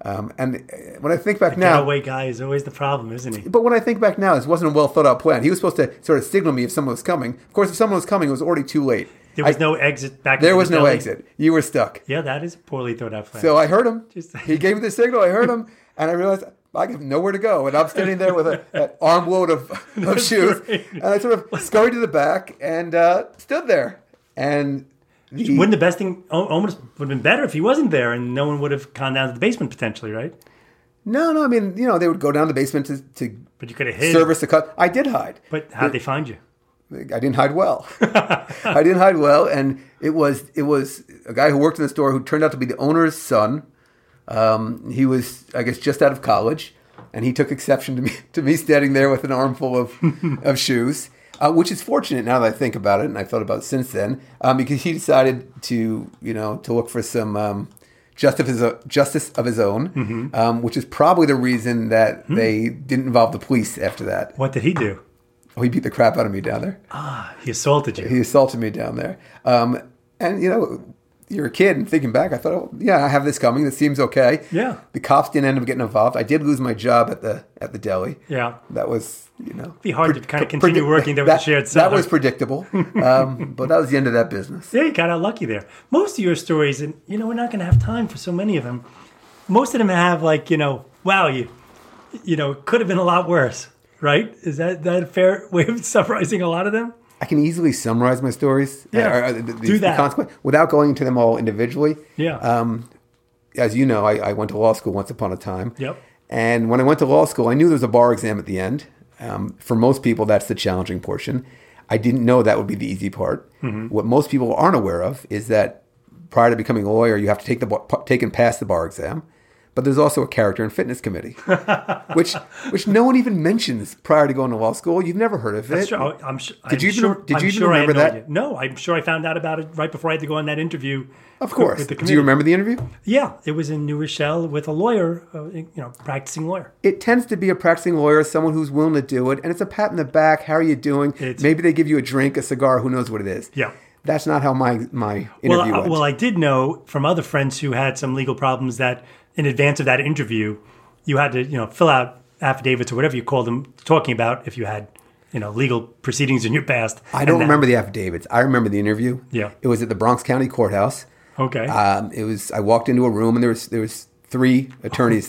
Speaker 3: Um, and uh, when I think back now,
Speaker 1: Getaway guy is always the problem, isn't he?
Speaker 3: but when I think back now, this wasn't a well thought out plan. He was supposed to sort of signal me if someone was coming. Of course, if someone was coming, it was already too late.
Speaker 1: There was
Speaker 3: I-
Speaker 1: no exit back.
Speaker 3: there
Speaker 1: into
Speaker 3: was
Speaker 1: the
Speaker 3: no
Speaker 1: deli.
Speaker 3: exit. You were stuck.
Speaker 1: Yeah, that is a poorly thought out plan.
Speaker 3: So I heard him.
Speaker 1: Just-
Speaker 3: he gave me the signal. I heard
Speaker 1: [laughs]
Speaker 3: him, and I realized I have nowhere to go. And I'm standing there with a, an armload
Speaker 1: [laughs]
Speaker 3: of, of shoes,
Speaker 1: right.
Speaker 3: and I sort of scurried to the back and uh, stood there. And the,
Speaker 1: Wouldn't the best thing al- almost would have been better if he wasn't there and no one would have gone down to the basement potentially, right?
Speaker 3: no, no, I mean, you know, they would go down to the basement to, to
Speaker 1: But you could have hid.
Speaker 3: service the cut. I did hide.
Speaker 1: But how'd they find you?
Speaker 3: I didn't hide well. [laughs] I didn't hide well, and it was it was a guy who worked in the store who turned out to be the owner's son. Um, he was, I guess, just out of college, and he took exception to me [laughs] to me standing there with an armful of of shoes, uh, which is fortunate now that I think about it, and I thought about it since then, um, because he decided to you know to look for some. Um, Justice of his, justice of his own, um, which is probably the reason that they didn't involve the police after that.
Speaker 1: What did he do?
Speaker 3: Oh, he beat the crap out of me down there
Speaker 1: He assaulted you.
Speaker 3: he assaulted me down there. Um, and you know, you're a kid, and thinking back, I thought, oh, yeah, I have this coming. This seems okay.
Speaker 1: Yeah.
Speaker 3: The cops didn't end up getting involved. I did lose my job at the at the deli.
Speaker 1: Yeah.
Speaker 3: That was you know
Speaker 1: be hard to kind of continue working there with
Speaker 3: that,
Speaker 1: the shared
Speaker 3: that
Speaker 1: cellar.
Speaker 3: was
Speaker 1: [laughs]
Speaker 3: predictable. um, but that was the end of that business.
Speaker 1: yeah, you got out lucky there. Most of your stories, and you know, we're not going to have time for so many of them. Most of them have like, you know, wow, you, you know, it could have been a lot worse, right? Is that that a fair [laughs] way of summarizing a lot of them?
Speaker 3: I can easily summarize my stories.
Speaker 1: Yeah.
Speaker 3: uh, or, uh, the- the-
Speaker 1: Do
Speaker 3: the
Speaker 1: that.
Speaker 3: consequence- without going into them all individually.
Speaker 1: Yeah.
Speaker 3: Um, as you know, I, I went to law school once upon a time.
Speaker 1: Yep.
Speaker 3: And when I went to law school, I knew there was a bar exam at the end. Um, for most people, that's the challenging portion. I didn't know that would be the easy part.
Speaker 1: Mm-hmm.
Speaker 3: What most people aren't aware of is that prior to becoming a lawyer, you have to take the bar, take and pass the bar exam. But there's also a character and fitness
Speaker 1: [laughs]
Speaker 3: committee, which which no one even mentions prior to going to law school. You've never heard of it.
Speaker 1: Sure, I- I'm su- I'm
Speaker 3: Did you even-
Speaker 1: sure.
Speaker 3: did you
Speaker 1: I'm
Speaker 3: even
Speaker 1: sure I had
Speaker 3: remember
Speaker 1: no
Speaker 3: that?
Speaker 1: idea. No, I'm sure I found out about it right before I had to go on that interview.
Speaker 3: Of course.
Speaker 1: With the
Speaker 3: Do you remember the interview?
Speaker 1: Yeah, it was in New Rochelle with a lawyer, uh, you know, practicing lawyer.
Speaker 3: It tends to be a practicing lawyer, someone who's willing to do it, and it's a pat in the back. How are you doing?
Speaker 1: It's-
Speaker 3: Maybe they give you a drink, a cigar. Who knows what it is?
Speaker 1: Yeah.
Speaker 3: That's not how my my
Speaker 1: Well,
Speaker 3: interview
Speaker 1: I,
Speaker 3: went.
Speaker 1: well, I did know from other friends who had some legal problems that in advance of that interview, you had to, you know, fill out affidavits or whatever you called them, talking about if you had, you know, legal proceedings in your past.
Speaker 3: I
Speaker 1: And
Speaker 3: don't
Speaker 1: that-
Speaker 3: remember the affidavits. I remember the interview.
Speaker 1: Yeah.
Speaker 3: It was at the Bronx County Courthouse.
Speaker 1: Okay.
Speaker 3: Um, it was. I walked into a room and there was there was three attorneys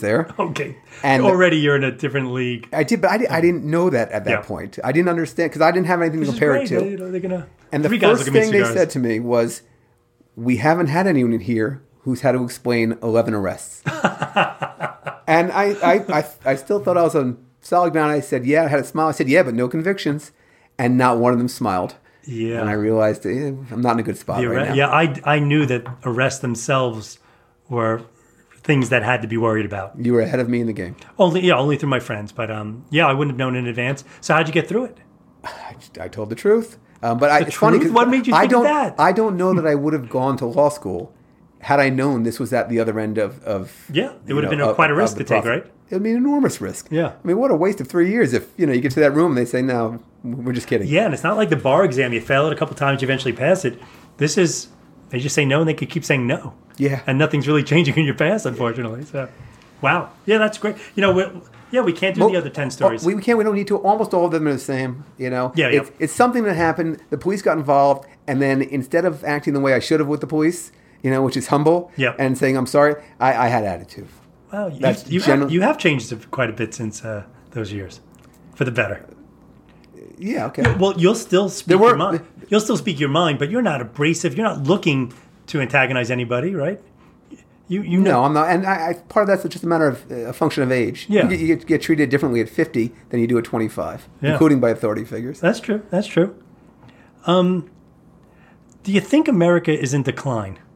Speaker 1: [laughs]
Speaker 3: there.
Speaker 1: okay.
Speaker 3: and-
Speaker 1: already you're in a different league.
Speaker 3: I did, but I, did, I didn't know that at that
Speaker 1: Yeah.
Speaker 3: point. I didn't understand because I didn't have anything to
Speaker 1: Which is
Speaker 3: compare
Speaker 1: great.
Speaker 3: it to.
Speaker 1: They, you know, they're gonna.
Speaker 3: And the
Speaker 1: three guys
Speaker 3: first
Speaker 1: are gonna
Speaker 3: thing
Speaker 1: be
Speaker 3: they
Speaker 1: cigars.
Speaker 3: said to me was, "We haven't had anyone in here who's had to explain eleven
Speaker 1: [laughs]
Speaker 3: arrests." and I, I, I, I still thought I was on solid ground. I said, "Yeah." I had a smile. I said, "Yeah," but no convictions. and not one of them smiled.
Speaker 1: Yeah.
Speaker 3: And I realized eh, I'm not in a good spot
Speaker 1: The
Speaker 3: right
Speaker 1: arre-
Speaker 3: now.
Speaker 1: yeah, I, I knew that arrests themselves were things that had to be worried about.
Speaker 3: You were ahead of me in the game.
Speaker 1: Only yeah, only through my friends, but um, yeah, I wouldn't have known in advance. So how'd you get through it?
Speaker 3: I, I told the truth. Um, but I, it's funny
Speaker 1: truth?
Speaker 3: 'cause
Speaker 1: What made you
Speaker 3: I
Speaker 1: think
Speaker 3: don't,
Speaker 1: that?
Speaker 3: I don't know that I would have gone to law school had I known this was at the other end of. of
Speaker 1: Yeah, it
Speaker 3: you
Speaker 1: would have been a-
Speaker 3: of-
Speaker 1: quite a
Speaker 3: of
Speaker 1: risk
Speaker 3: the
Speaker 1: to take,
Speaker 3: process.
Speaker 1: right?
Speaker 3: It would be an enormous risk.
Speaker 1: Yeah.
Speaker 3: I mean, what a waste of three years if you know you get to that room and they say, "No, we're just kidding."
Speaker 1: Yeah, and it's not like the bar exam. You fail it a couple times, you eventually pass it. This is they just say no, and they could keep saying no.
Speaker 3: Yeah.
Speaker 1: and nothing's really [laughs] changing in your past, unfortunately. So, wow, yeah, that's great. You know, we, yeah, we can't do the
Speaker 3: Well,
Speaker 1: other ten
Speaker 3: well,
Speaker 1: stories.
Speaker 3: Oh, we, we can't. We don't need to. Almost all of them are the same. You know.
Speaker 1: Yeah,
Speaker 3: It's,
Speaker 1: yeah.
Speaker 3: it's something that happened. The police got involved, and then instead of acting the way I should have with the police, you know, which is humble,
Speaker 1: Yeah.
Speaker 3: and saying I'm sorry, I, I had attitude.
Speaker 1: wow, you,
Speaker 3: that's
Speaker 1: you,
Speaker 3: general-
Speaker 1: have, you have changed quite a bit since uh, those years, for the better.
Speaker 3: Yeah. Okay.
Speaker 1: Well, you'll still speak
Speaker 3: There were-
Speaker 1: your mind. You'll still speak your mind, but you're not abrasive. You're not looking to antagonize anybody, right? You you know
Speaker 3: No, I'm not. And I, I, part of that's just a matter of uh, a function of age.
Speaker 1: Yeah.
Speaker 3: You, get, you get- get treated differently at 50 than you do at 25,
Speaker 1: Yeah.
Speaker 3: including by authority figures.
Speaker 1: that's true. That's true. Um, do you think America is in decline? [laughs]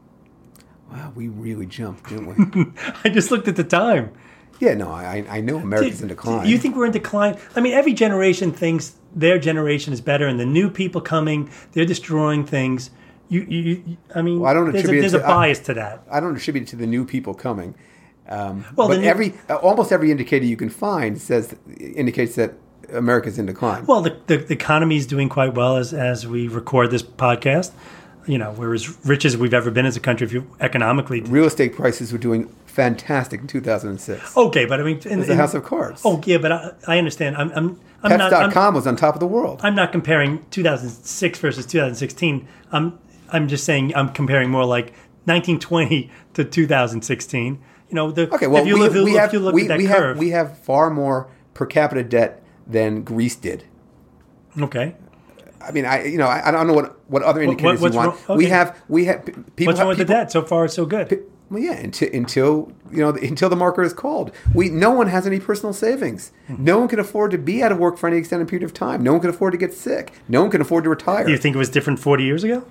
Speaker 3: Wow, we really jumped, didn't we?
Speaker 1: I just looked at the time.
Speaker 3: yeah, no, I, I know America's in
Speaker 1: Do- do
Speaker 3: decline.
Speaker 1: You think we're in decline? I mean, every generation thinks their generation is better, and the new people coming, they're destroying things. You, you, you I mean,
Speaker 3: Well, I don't
Speaker 1: there's, a,
Speaker 3: attribute it
Speaker 1: there's
Speaker 3: to- uh,
Speaker 1: a
Speaker 3: I-
Speaker 1: bias to that.
Speaker 3: I don't attribute it to the new people coming. Um,
Speaker 1: Well,
Speaker 3: but
Speaker 1: the new-
Speaker 3: every uh, almost every indicator you can find says indicates that America's in decline.
Speaker 1: Well, the, the, the economy is doing quite well as, as we record this podcast. You know, we're as rich as we've ever been as a country if you, economically.
Speaker 3: Real estate prices were doing fantastic in 2006.
Speaker 1: Okay, but I mean, in,
Speaker 3: It's a house of cards.
Speaker 1: oh yeah, but I, I understand. I'm I'm I'm not I'm,
Speaker 3: Pets.com was on top of the world.
Speaker 1: I'm not comparing 2006 versus 2016. I'm I'm just saying I'm comparing more like 1920 to 2016. You know, the
Speaker 3: Okay, well,
Speaker 1: if you
Speaker 3: we,
Speaker 1: look,
Speaker 3: we
Speaker 1: if
Speaker 3: have,
Speaker 1: you look
Speaker 3: we,
Speaker 1: at that
Speaker 3: we
Speaker 1: curve,
Speaker 3: have we have far more per capita debt than Greece did.
Speaker 1: okay,
Speaker 3: I mean, I you know I, I don't know what, what other indicators
Speaker 1: what's
Speaker 3: you want.
Speaker 1: wrong-
Speaker 3: We
Speaker 1: okay.
Speaker 3: have we have p- people.
Speaker 1: what's
Speaker 3: have,
Speaker 1: wrong with the
Speaker 3: people-
Speaker 1: debt? So far, so good.
Speaker 3: Well, yeah, until, until you know until the market is called, we no one has any personal savings.
Speaker 1: Hmm.
Speaker 3: No one can afford to be out of work for any extended period of time. No one can afford to get sick. No one can afford to retire.
Speaker 1: Do you think it was different 40 years ago?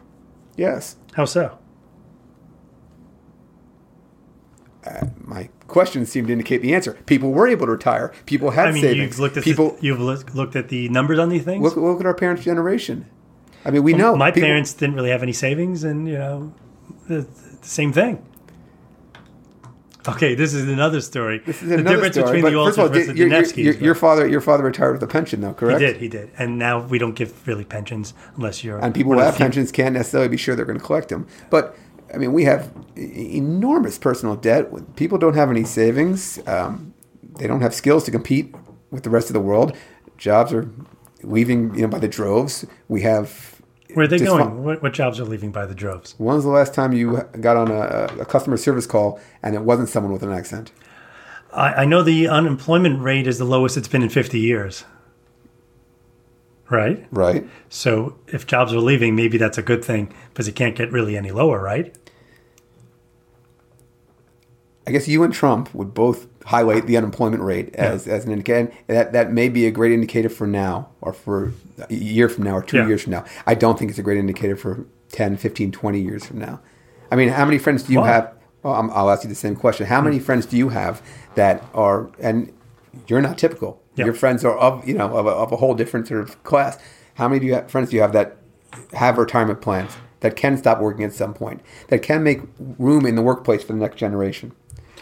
Speaker 3: yes,
Speaker 1: How so?
Speaker 3: my question seemed to indicate the answer. People were able to retire. People had
Speaker 1: I mean,
Speaker 3: savings.
Speaker 1: you've looked at
Speaker 3: people.
Speaker 1: the, you've look- looked at the numbers on these things.
Speaker 3: look, look at our parents' generation. I mean, we know
Speaker 1: My
Speaker 3: people-
Speaker 1: parents didn't really have any savings, and you know, the, the same thing. Okay, this is another story. This
Speaker 3: This is
Speaker 1: the
Speaker 3: another
Speaker 1: difference
Speaker 3: story,
Speaker 1: between
Speaker 3: but
Speaker 1: the Alters
Speaker 3: first of all,
Speaker 1: versus
Speaker 3: did-
Speaker 1: the
Speaker 3: your, your-
Speaker 1: Nevskys.
Speaker 3: your-
Speaker 1: but-
Speaker 3: your father, your father retired with a pension, though, correct?
Speaker 1: He did, he did. And now we don't give really pensions unless you're
Speaker 3: And people
Speaker 1: one
Speaker 3: who
Speaker 1: of
Speaker 3: have
Speaker 1: the few-
Speaker 3: pensions can't necessarily be sure they're going to collect them. But I mean, we have e- enormous personal debt. People don't have any savings. Um, they don't have skills to compete with the rest of the world. Jobs are leaving, you know, by the droves. We have.
Speaker 1: Where are they
Speaker 3: dysfun-
Speaker 1: going? What, what jobs are leaving by the droves?
Speaker 3: When was the last time you got on a, a customer service call and it wasn't someone with an accent?
Speaker 1: I, I know the unemployment rate is the lowest it's been in 50 years. Right?
Speaker 3: Right.
Speaker 1: So if jobs are leaving, maybe that's a good thing because it can't get really any lower, right?
Speaker 3: I guess you and Trump would both highlight the unemployment rate as, as an indicator. And that, that may be a great indicator for now or for a year from now or two
Speaker 1: Yeah.
Speaker 3: years from now. I don't think it's a great indicator for 10, 15, 20 years from now. I mean, how many friends do you
Speaker 1: Why?
Speaker 3: have? Well, I'm, I'll ask you the same question.
Speaker 1: Hmm.
Speaker 3: How many friends do you have that are, and you're not typical.
Speaker 1: Yeah.
Speaker 3: Your friends are of, you know, of a, of a whole different sort of class. How many do you have, friends do you have that have retirement plans, that can stop working at some point, that can make room in the workplace for the next generation?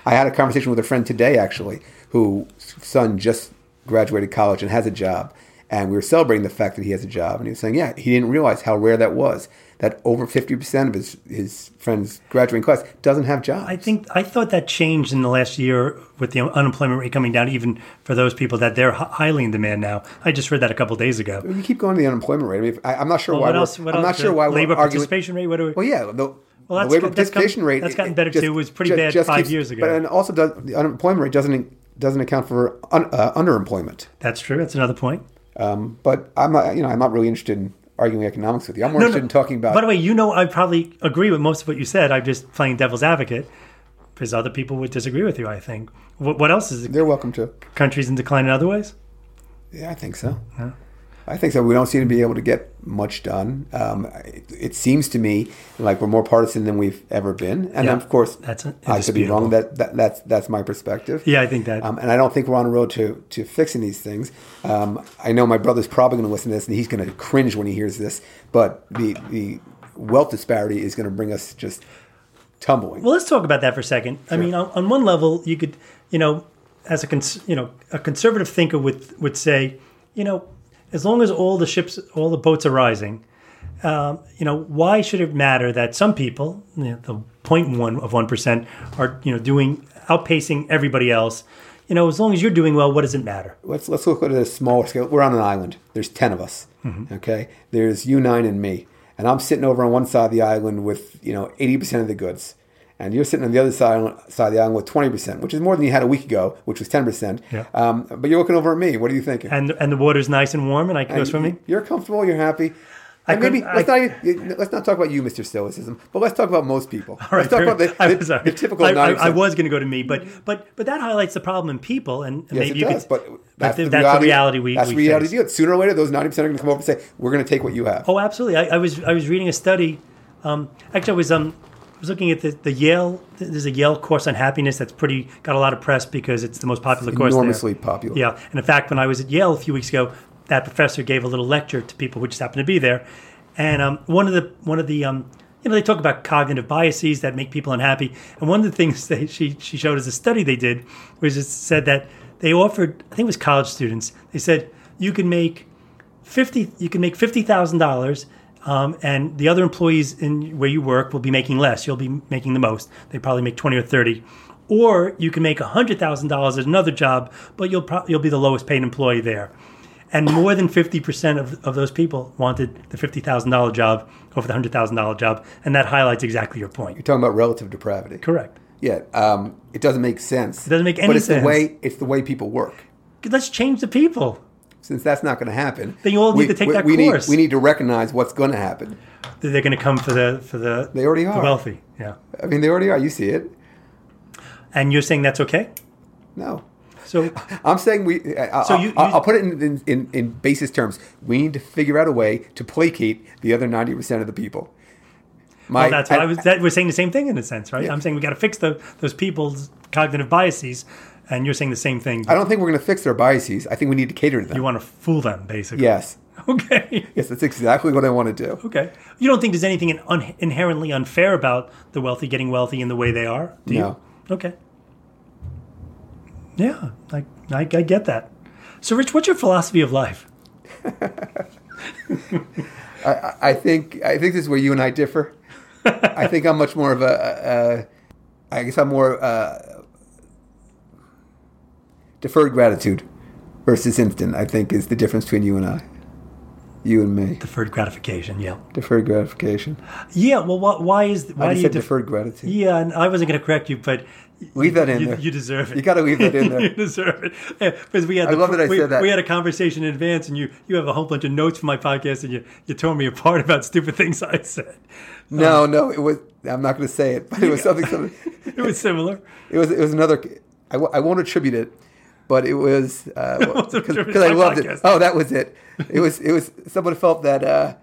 Speaker 3: I had a conversation with a friend today, actually, whose son just graduated college and has a job. And we were celebrating the fact that he has a job. And he was saying, yeah, he didn't realize how rare that was, that over 50% of his, his friends graduating class doesn't have jobs.
Speaker 1: I think I thought that changed in the last year with the unemployment rate coming down, even for those people that they're hi- highly in demand now. I just read that a couple days ago.
Speaker 3: You keep going to the unemployment rate. I mean, if- I, I'm not sure
Speaker 1: Well,
Speaker 3: why.
Speaker 1: what
Speaker 3: we're-
Speaker 1: else? What
Speaker 3: I'm
Speaker 1: else?
Speaker 3: not sure why we're
Speaker 1: labor
Speaker 3: arguing.
Speaker 1: participation rate. What do we?
Speaker 3: Well, yeah. The,
Speaker 1: Well, that's
Speaker 3: the labor
Speaker 1: got- that's come-
Speaker 3: participation rate.
Speaker 1: that's gotten better, too. It was pretty bad five
Speaker 3: keeps-
Speaker 1: years ago.
Speaker 3: But and also does, the unemployment rate doesn't doesn't account for un, uh, underemployment.
Speaker 1: That's true. That's another point.
Speaker 3: Um, but I'm not. You know, I'm not really interested in arguing economics with you. I'm more
Speaker 1: No,
Speaker 3: interested
Speaker 1: no.
Speaker 3: in talking about.
Speaker 1: By the way, you know I probably agree with most of what you said. I'm just playing devil's advocate because other people would disagree with you. I think. What, what else is the
Speaker 3: they're welcome to.
Speaker 1: countries in decline in other ways?
Speaker 3: Yeah, I think so. I think so. We don't seem to be able to get much done. Um, it, it seems to me like we're more partisan than we've ever been, and
Speaker 1: Yeah,
Speaker 3: of course,
Speaker 1: that's
Speaker 3: I could be
Speaker 1: indisputable.
Speaker 3: wrong. That, that that's that's my perspective.
Speaker 1: Yeah, I think that.
Speaker 3: Um, and I don't think we're on a road to, to fixing these things. Um, I know my brother's probably going to listen to this, and he's going to cringe when he hears this. But the the wealth disparity is going to bring us just tumbling.
Speaker 1: Well, let's talk about that for a second. I mean, on, on one level, you could, you know, as a cons- you know a conservative thinker would would say, you know, as long as all the ships, all the boats are rising, um, you know, why should it matter that some people, you know, the 0.1 of one percent, are you know doing outpacing everybody else? You know, as long as you're doing well, what does it matter?
Speaker 3: let's let's look at a smaller scale. We're on an island. There's ten of us.
Speaker 1: Mm-hmm.
Speaker 3: Okay, there's you nine and me, and I'm sitting over on one side of the island with you know eighty percent of the goods, and you're sitting on the other side side of the island with twenty percent, which is more than you had a week ago, which was ten percent.
Speaker 1: Yeah.
Speaker 3: Um, but you're looking over at me. What are you thinking?
Speaker 1: And and the water's nice and warm, and I can go
Speaker 3: And
Speaker 1: swimming.
Speaker 3: You're comfortable. You're happy. And
Speaker 1: couldn't-
Speaker 3: maybe let's,
Speaker 1: I-
Speaker 3: not, even- let's not talk about you, Mr. Stoicism, but let's talk about most people. let's talk
Speaker 1: fair-
Speaker 3: about the, the,
Speaker 1: [laughs] I'm sorry.
Speaker 3: the typical.
Speaker 1: I, I, I
Speaker 3: 90%.
Speaker 1: was going to go to me, but but but that highlights the problem in people, and
Speaker 3: Yes,
Speaker 1: maybe
Speaker 3: it
Speaker 1: you
Speaker 3: does,
Speaker 1: could.
Speaker 3: but that's,
Speaker 1: th-
Speaker 3: the,
Speaker 1: that's
Speaker 3: reality,
Speaker 1: the reality we
Speaker 3: That's
Speaker 1: we
Speaker 3: the reality.
Speaker 1: face.
Speaker 3: deal. Sooner or later, those ninety percent are going to come up and say, "We're going to take what you have."
Speaker 1: Oh, absolutely. I, I was I was reading a study. Um, actually, I was um I was looking at the, the Yale. There's a Yale course on happiness that's pretty got a lot of press because it's the most popular course. there.
Speaker 3: Enormously popular.
Speaker 1: Yeah, and in fact, when I was at Yale a few weeks ago, that professor gave a little lecture to people who just happened to be there, and um, one of the one of the um, you know they talk about cognitive biases that make people unhappy, and one of the [laughs] things that she she showed is a study they did, which is said that they offered I think it was college students. They said you can make fifty you can make fifty thousand dollars. Um, and the other employees in where you work will be making less. You'll be making the most. They probably make twenty or thirty, or you can make hundred thousand dollars at another job, but you'll pro- you'll be the lowest paid employee there. And more than fifty percent of, of those people wanted the fifty thousand dollar job over the hundred thousand dollar job, and that highlights exactly your
Speaker 3: You're
Speaker 1: point.
Speaker 3: talking about relative depravity.
Speaker 1: Correct.
Speaker 3: Yeah, um, it doesn't make sense. It
Speaker 1: doesn't make
Speaker 3: But
Speaker 1: any
Speaker 3: it's
Speaker 1: sense.
Speaker 3: the way it's the way people work.
Speaker 1: Let's change the people.
Speaker 3: Since that's not going to happen,
Speaker 1: Then you all need to take that
Speaker 3: we
Speaker 1: course.
Speaker 3: Need, we need to recognize what's going to happen.
Speaker 1: They're going to come for the for the
Speaker 3: They already
Speaker 1: the
Speaker 3: are.
Speaker 1: wealthy. Yeah.
Speaker 3: I mean, they already are. You see it?
Speaker 1: And you're saying that's okay.
Speaker 3: No.
Speaker 1: So
Speaker 3: [laughs] I'm saying we. I,
Speaker 1: So
Speaker 3: so
Speaker 1: you- you-
Speaker 3: I'll, I'll put it in, in, in, in basis terms. We need to figure out a way to placate the other ninety percent of the people. My,
Speaker 1: well, that's what I,
Speaker 3: I-
Speaker 1: was. That, we're saying the same thing in a sense, right?
Speaker 3: Yeah.
Speaker 1: I'm saying we got to fix the, those people's cognitive biases, and you're saying the same thing.
Speaker 3: I don't think we're going to fix their biases. I think we need to cater to them.
Speaker 1: you want to fool them, basically.
Speaker 3: yes,
Speaker 1: [laughs] Okay.
Speaker 3: yes, that's exactly what I want to do.
Speaker 1: Okay. You don't think there's anything in- un- inherently unfair about the wealthy getting wealthy in the way they are? Do
Speaker 3: No.
Speaker 1: you? Okay. Yeah, I, I, I get that. So, Rich, what's your philosophy of life?
Speaker 3: I, I think I think this is where you and I differ. I think I'm much more of a. a I guess I'm more uh, deferred gratitude versus instant. I think is the difference between you and I, you and me.
Speaker 1: Deferred gratification. Yeah.
Speaker 3: Deferred gratification.
Speaker 1: Yeah. Well, why, why is why
Speaker 3: I
Speaker 1: do
Speaker 3: just
Speaker 1: you
Speaker 3: said
Speaker 1: def-
Speaker 3: deferred gratitude.
Speaker 1: Yeah, and I wasn't going to correct you, but
Speaker 3: Leave that in
Speaker 1: you,
Speaker 3: there.
Speaker 1: you deserve it.
Speaker 3: You got to leave that
Speaker 1: [laughs]
Speaker 3: in
Speaker 1: you
Speaker 3: there.
Speaker 1: deserve it Yeah, because we had.
Speaker 3: I
Speaker 1: the-
Speaker 3: love that I
Speaker 1: we,
Speaker 3: said that.
Speaker 1: We had a conversation in advance, and you you have a whole bunch of notes for my podcast, and you you tore me apart about stupid things I said.
Speaker 3: no, no, it was. I'm not going to say it, but it was
Speaker 1: [laughs]
Speaker 3: something. something
Speaker 1: It was
Speaker 3: [laughs]
Speaker 1: similar.
Speaker 3: it was. It was another. I, w- I won't attribute it, but it was uh,
Speaker 1: [laughs]
Speaker 3: because
Speaker 1: Don't attribute it
Speaker 3: I
Speaker 1: to my
Speaker 3: loved
Speaker 1: podcast.
Speaker 3: it. Oh, that was it. It was. It was. Someone felt that uh,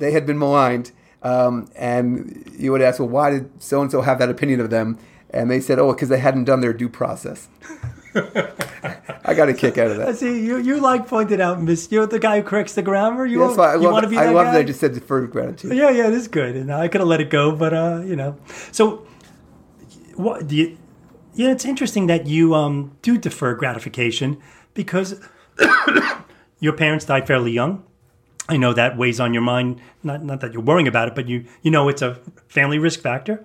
Speaker 3: they had been maligned, um, and you would ask, "Well, why did so and so have that opinion of them?" And they said, "Oh, because they hadn't done their
Speaker 1: [laughs]
Speaker 3: due process." I got a kick out of that.
Speaker 1: See, you you like pointed out, Miss. You're the guy who corrects the grammar. You
Speaker 3: That's why I
Speaker 1: want, you
Speaker 3: love.
Speaker 1: want to be that
Speaker 3: I love
Speaker 1: guy.
Speaker 3: that I just said deferred gratitude.
Speaker 1: yeah, yeah, it is good, and I could have let it go, but uh, you know, so what do you? Yeah, it's interesting that you um, do defer gratification because [coughs] your parents died fairly young. I know that weighs on your mind. Not not that you're worrying about it, but you you know it's a family risk factor,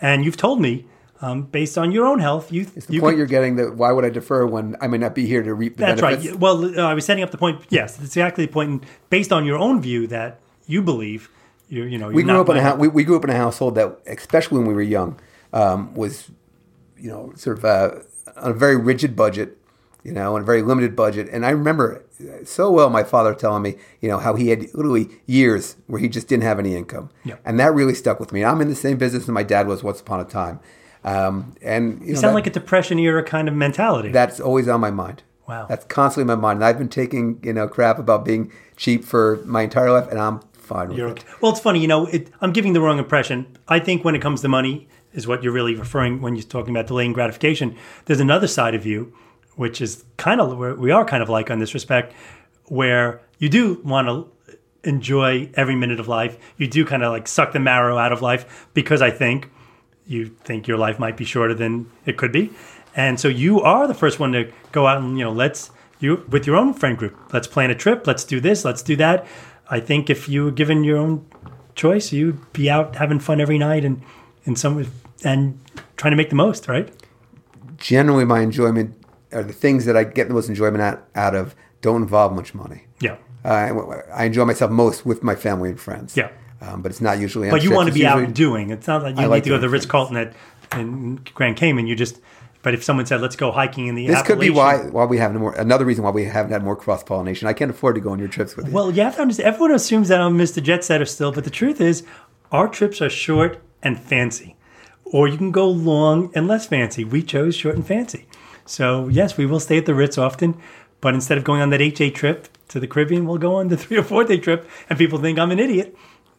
Speaker 1: and you've told me um, based on your own health, you
Speaker 3: The
Speaker 1: you
Speaker 3: point
Speaker 1: could-
Speaker 3: you're getting that why would I defer when I may not be here to reap the
Speaker 1: that's
Speaker 3: benefits?
Speaker 1: right. Well, uh, I was setting up the point. Yes, that's exactly the point. And based on your own view that you believe, you you know,
Speaker 3: We grew up in a hou- we, we grew up in a household that, especially when we were young, um, was you know sort of uh, on a very rigid budget, you know, and a very limited budget. And I remember so well my father telling me, you know, how he had literally years where he just didn't have any income,
Speaker 1: Yeah.
Speaker 3: and that really stuck with me. I'm in the same business that my dad was once upon a time, um, and you, know,
Speaker 1: You sound
Speaker 3: that-
Speaker 1: like a depression era kind of mentality.
Speaker 3: that's always on my mind.
Speaker 1: Wow.
Speaker 3: That's constantly in my mind. And I've been taking, you know, crap about being cheap for my entire life, and I'm fine with
Speaker 1: You're
Speaker 3: it.
Speaker 1: okay. Well, it's funny, you know, it, I'm giving the wrong impression. I think when it comes to money, is what you're really referring when you're talking about delaying gratification. There's another side of you, which is kind of where we are kind of like on this respect, where you do want to enjoy every minute of life. You do kind of like suck the marrow out of life because I think you think your life might be shorter than it could be. And so you are the first one to go out and, you know, let's, you with your own friend group, let's plan a trip, let's do this, let's do that. I think if you were given your own choice, you'd be out having fun every night and, and some, and trying to make the most, right?
Speaker 3: Generally, my enjoyment or the things that I get the most enjoyment out, out of don't involve much money. Uh,
Speaker 1: Yeah.
Speaker 3: I, I enjoy myself most with my family and friends.
Speaker 1: Yeah.
Speaker 3: Um, but it's not usually. on
Speaker 1: But you
Speaker 3: trips.
Speaker 1: want to
Speaker 3: It's
Speaker 1: be out
Speaker 3: usually-
Speaker 1: and doing. It's not like you need
Speaker 3: like
Speaker 1: to go to the
Speaker 3: doing
Speaker 1: Ritz Carlton at in Grand Cayman. You just, but if someone said, let's go hiking in the
Speaker 3: This could be
Speaker 1: Appalachian-
Speaker 3: why why we have more another reason why we haven't had more cross pollination. I can't afford to go on your trips with you.
Speaker 1: Well, you have to understand. Everyone assumes that I'm Mr. Jet Setter still, but the truth is, our trips are short and fancy, or you can go long and less fancy. We chose short and fancy, so yes, we will stay at the Ritz often, but instead of going on that eight-day trip to the Caribbean, we'll go on the [laughs] three or four-day trip, and people think I'm an idiot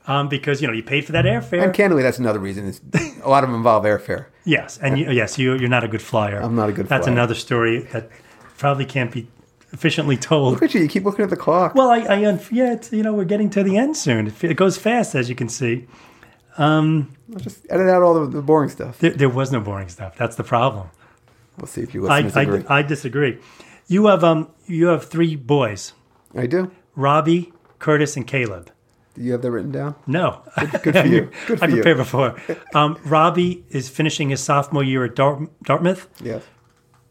Speaker 1: um, because you know you paid for that airfare.
Speaker 3: and candidly, that's another reason.
Speaker 1: [laughs]
Speaker 3: It's, a lot of them involve airfare.
Speaker 1: Yes, and you, yes, you you're not a good flyer.
Speaker 3: I'm not a good
Speaker 1: That's
Speaker 3: flyer.
Speaker 1: another story that probably can't be efficiently told.
Speaker 3: Look at you, you keep looking at the clock.
Speaker 1: Well, I, I un- yeah, it's, you know, we're getting to the end soon. It, it goes fast, as you can see.
Speaker 3: Just edit out all the, the boring stuff.
Speaker 1: There, there was no boring stuff. That's the problem.
Speaker 3: We'll see if you
Speaker 1: I,
Speaker 3: listeners agree.
Speaker 1: I, I disagree. You have um, you have three boys:
Speaker 3: I do.
Speaker 1: Robbie, Curtis, and Caleb.
Speaker 3: Do you have that written down?
Speaker 1: No,
Speaker 3: Good
Speaker 1: [laughs]
Speaker 3: for you. Good for
Speaker 1: I
Speaker 3: you.
Speaker 1: prepared before. Um, Robbie is finishing his sophomore year at Dart- Dartmouth.
Speaker 3: Yeah.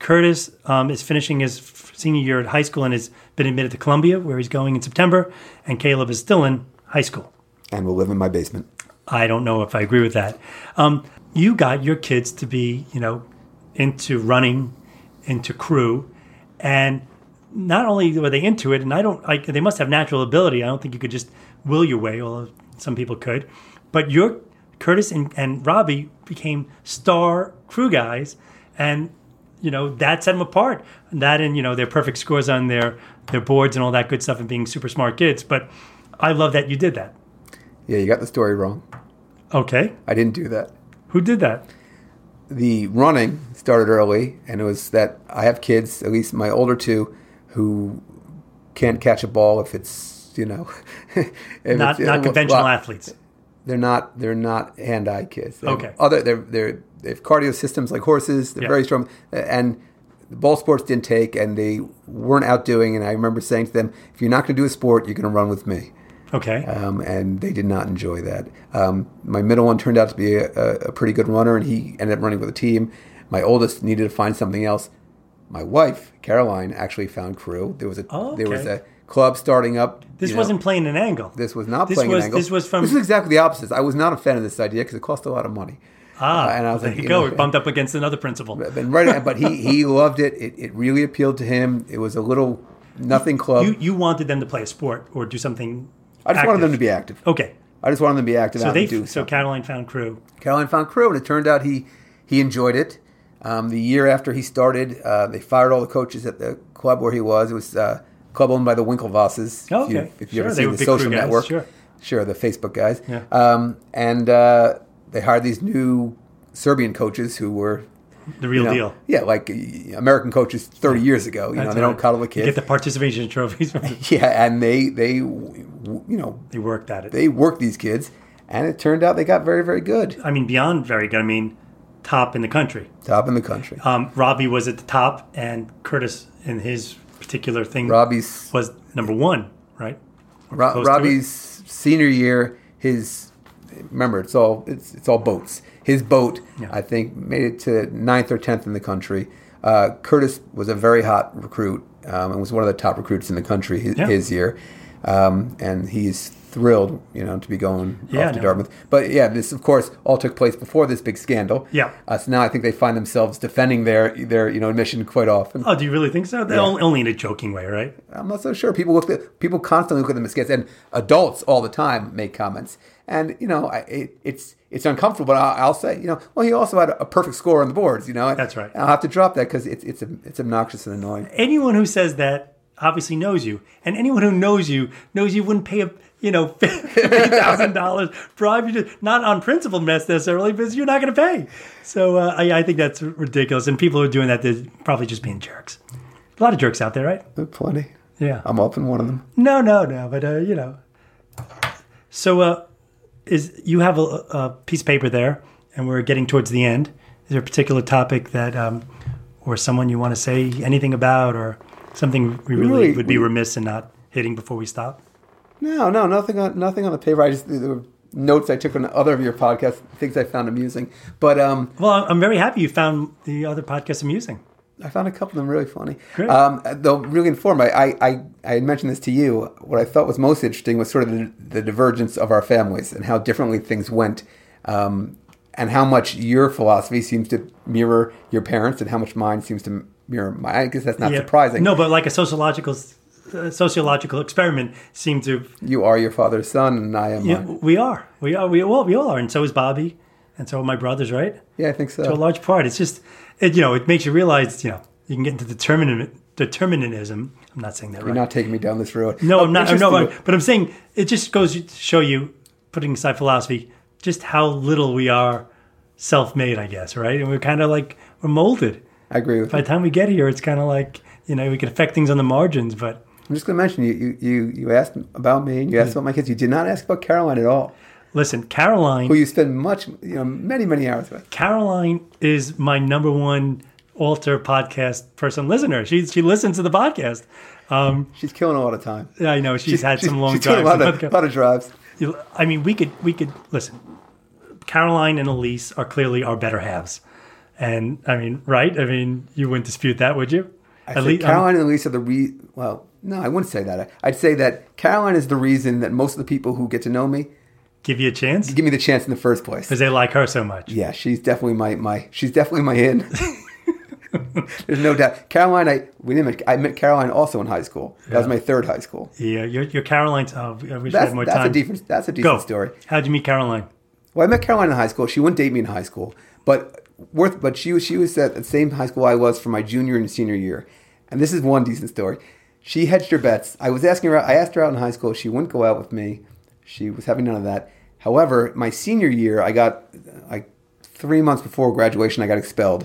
Speaker 1: Curtis um, is finishing his f- senior year at high school and has been admitted to Columbia, where he's going in September. And Caleb is still in high school.
Speaker 3: And we'll live in my basement.
Speaker 1: I don't know if I agree with that. Um, you got your kids to be, you know, into running, into crew, and not only were they into it, and I don't, I, they must have natural ability. I don't think you could just will your way, although some people could. But your Curtis and, and Robbie became star crew guys, and you know that set them apart. That and you know their perfect scores on their their boards and all that good stuff, and being super smart kids. But I love that you did that.
Speaker 3: Yeah, you got the story wrong.
Speaker 1: Okay,
Speaker 3: I didn't do that.
Speaker 1: who did that?
Speaker 3: the running started early, and it was that I have kids, at least my older two, who can't catch a ball if it's you know [laughs] if
Speaker 1: not
Speaker 3: it's- uh,
Speaker 1: not
Speaker 3: well,
Speaker 1: conventional
Speaker 3: well,
Speaker 1: athletes.
Speaker 3: They're not they're not hand eye kids. They have
Speaker 1: Okay.
Speaker 3: other they're they're they have cardio systems like horses. They're
Speaker 1: Yeah.
Speaker 3: very strong, and the ball sports didn't take, and they weren't outdoing. And I remember saying to them, "If you're not going to do a sport, you're going to run with me."
Speaker 1: Okay,
Speaker 3: um, and they did not enjoy that. Um, my middle one turned out to be a, a, a pretty good runner, and he ended up running with a team. My oldest needed to find something else. My wife, Caroline, actually found crew. There was a
Speaker 1: Oh,
Speaker 3: there was
Speaker 1: okay.
Speaker 3: a club starting up.
Speaker 1: this
Speaker 3: you know,
Speaker 1: wasn't playing an angle.
Speaker 3: this was not
Speaker 1: this
Speaker 3: playing
Speaker 1: was-
Speaker 3: an angle.
Speaker 1: This was from
Speaker 3: This is exactly the opposite. I was not a fan of this idea because it cost a lot of money.
Speaker 1: ah.
Speaker 3: Uh, [laughs] and I was
Speaker 1: there
Speaker 3: like,
Speaker 1: you
Speaker 3: you
Speaker 1: go.
Speaker 3: know,
Speaker 1: we bumped up against another principle.
Speaker 3: But right, but he
Speaker 1: [laughs]
Speaker 3: he loved it. it. It really appealed to him. It was a little nothing club.
Speaker 1: You you wanted them to play a sport or do something.
Speaker 3: I just wanted them to be active.
Speaker 1: Okay,
Speaker 3: I just wanted them to be active.
Speaker 1: Oh. so
Speaker 3: out
Speaker 1: they
Speaker 3: and do
Speaker 1: so
Speaker 3: something.
Speaker 1: Caroline found crew.
Speaker 3: Caroline found crew, and it turned out he he enjoyed it. Um, the year after he started, uh, they fired all the coaches at the club where he was. It was uh, a club owned by the Winklevosses.
Speaker 1: Oh,
Speaker 3: if you,
Speaker 1: okay.
Speaker 3: if you
Speaker 1: Sure,
Speaker 3: ever
Speaker 1: they
Speaker 3: seen
Speaker 1: were
Speaker 3: the
Speaker 1: big crew
Speaker 3: social
Speaker 1: guys,
Speaker 3: network,
Speaker 1: sure.
Speaker 3: sure, the Facebook guys.
Speaker 1: Yeah.
Speaker 3: Um, and uh, they hired these new Serbian coaches who were.
Speaker 1: The real
Speaker 3: you know,
Speaker 1: deal.
Speaker 3: Yeah, like uh, American coaches 30 years ago. You know,
Speaker 1: That's
Speaker 3: they
Speaker 1: right.
Speaker 3: don't coddle the
Speaker 1: You get
Speaker 3: kids.
Speaker 1: the
Speaker 3: [laughs]
Speaker 1: participation trophies. [laughs] from-
Speaker 3: yeah, and they, they, w- w- you know,
Speaker 1: they worked at it.
Speaker 3: they worked these kids, and it turned out they got very, very good.
Speaker 1: I mean, beyond very good. I mean, top in the country.
Speaker 3: Top in the country.
Speaker 1: Um, Robbie was at the top, and Curtis in his particular thing
Speaker 3: Robbie's
Speaker 1: was number one. Right.
Speaker 3: Ro-
Speaker 1: Close to
Speaker 3: Robbie's senior year, his remember it's all it's it's all boats. His boat, I think, made it to ninth or tenth in the country. Uh, Curtis was a very hot recruit um, and was one of the top recruits in the country his,
Speaker 1: Yeah.
Speaker 3: his year, um, and he's thrilled, you know, to be going
Speaker 1: Yeah,
Speaker 3: off to
Speaker 1: no.
Speaker 3: Dartmouth. But yeah, this of course all took place before this big scandal.
Speaker 1: Yeah.
Speaker 3: Uh, so now I think they find themselves defending their their you know admission quite often.
Speaker 1: Oh, do you really think so? That Only only in a joking way, right?
Speaker 3: I'm not so sure. People look at, people constantly look at them as kids, and adults all the time make comments. And you know, I, it, it's it's uncomfortable. But I, I'll say, you know, well, he also had a perfect score on the boards. You know, And
Speaker 1: That's right.
Speaker 3: I'll have to drop that because it's it's it's obnoxious and annoying.
Speaker 1: Anyone who says that obviously knows you, and anyone who knows you knows you wouldn't pay a you know [laughs] fifty thousand dollars bribe you to not on principle necessarily, because you're not going to pay. So uh, I, I think that's ridiculous, and people who are doing that they're probably just being jerks. A lot of jerks out there, right?
Speaker 3: There are plenty.
Speaker 1: Yeah.
Speaker 3: I'm up in one of them.
Speaker 1: No, no, no. But uh, you know, so uh, is you have a, a piece of paper there, and we're getting towards the end. Is there a particular topic that, um, or someone you want to say anything about, or something we really,
Speaker 3: really-
Speaker 1: would be
Speaker 3: we-
Speaker 1: remiss in not hitting before we stop?
Speaker 3: No, no, nothing on nothing on the paper. I just there were notes I took on other of your podcasts, things I found amusing. But um,
Speaker 1: Well, I'm- I'm very happy you found the other podcast amusing.
Speaker 3: I found a couple of them really funny.
Speaker 1: Great.
Speaker 3: Um, though really informative. I, I, I, I had mentioned this to you. What I thought was most interesting was sort of the, the divergence of our families and how differently things went, um, and how much your philosophy seems to mirror your parents, and how much mine seems to mirror mine. I guess that's not
Speaker 1: Yeah.
Speaker 3: surprising.
Speaker 1: No, but like a sociological uh, sociological experiment seemed to.
Speaker 3: you are your father's son, and I am.
Speaker 1: Yeah,
Speaker 3: mine.
Speaker 1: we are, we are, we all, we all are, and so is Bobby, and so are my brothers, right?
Speaker 3: Yeah, I think so.
Speaker 1: to a large part. It's just, it, you know, it makes you realize, you know, you can get into determinism. Determinism. I'm not saying that right.
Speaker 3: You're not taking me down this road.
Speaker 1: no,
Speaker 3: Oh,
Speaker 1: I'm not. I'm no,
Speaker 3: interesting.
Speaker 1: I'm- but I'm saying it just goes to show you, putting aside philosophy, just how little we are self-made, I guess, right? And we're kind of like we're molded.
Speaker 3: I agree with
Speaker 1: By the time we get here, it's kind of like you know we can affect things on the margins, but
Speaker 3: I'm just going to mention you, you. You you asked about me. and You asked about my kids. You did not ask about Caroline at all,
Speaker 1: listen, Caroline.
Speaker 3: who you spend much, you know, many many hours with.
Speaker 1: Caroline is my number one alter podcast person listener. She she listens to the podcast.
Speaker 3: She's killing a lot of time.
Speaker 1: I know she's, had some long
Speaker 3: she's doing
Speaker 1: drives.
Speaker 3: A lot,
Speaker 1: The
Speaker 3: of,
Speaker 1: podcast-
Speaker 3: a lot of drives.
Speaker 1: You- I mean, we could we could listen. Caroline and Elise are clearly our better halves, and I mean, right? I mean, you wouldn't dispute that, would you?
Speaker 3: I
Speaker 1: At
Speaker 3: think
Speaker 1: least um,
Speaker 3: Caroline and Elise are the re. Well, no, I wouldn't say that. I, I'd say that Caroline is the reason that most of the people who get to know me
Speaker 1: give you a chance
Speaker 3: give me the chance in the first place.
Speaker 1: because they like her so much.
Speaker 3: Yeah, she's definitely my my. She's definitely my
Speaker 1: [laughs]
Speaker 3: in. [laughs] There's no doubt. Caroline, I we didn't. Met, I met Caroline also in high school. That was my third high school.
Speaker 1: Yeah, your your Caroline's. Oh, I wish we
Speaker 3: That's
Speaker 1: had more
Speaker 3: that's
Speaker 1: time.
Speaker 3: a different. That's a decent
Speaker 1: Go.
Speaker 3: story.
Speaker 1: How'd you meet Caroline?
Speaker 3: Well, I met Caroline in high school. She wouldn't date me in high school, but worth. But she was she was at the same high school I was for my junior and senior year, and this is one decent story. She hedged her bets. I was asking her. out- I asked her out in high school. She wouldn't go out with me. She was having none of that. However, my senior year, I got like three months before graduation, I got expelled,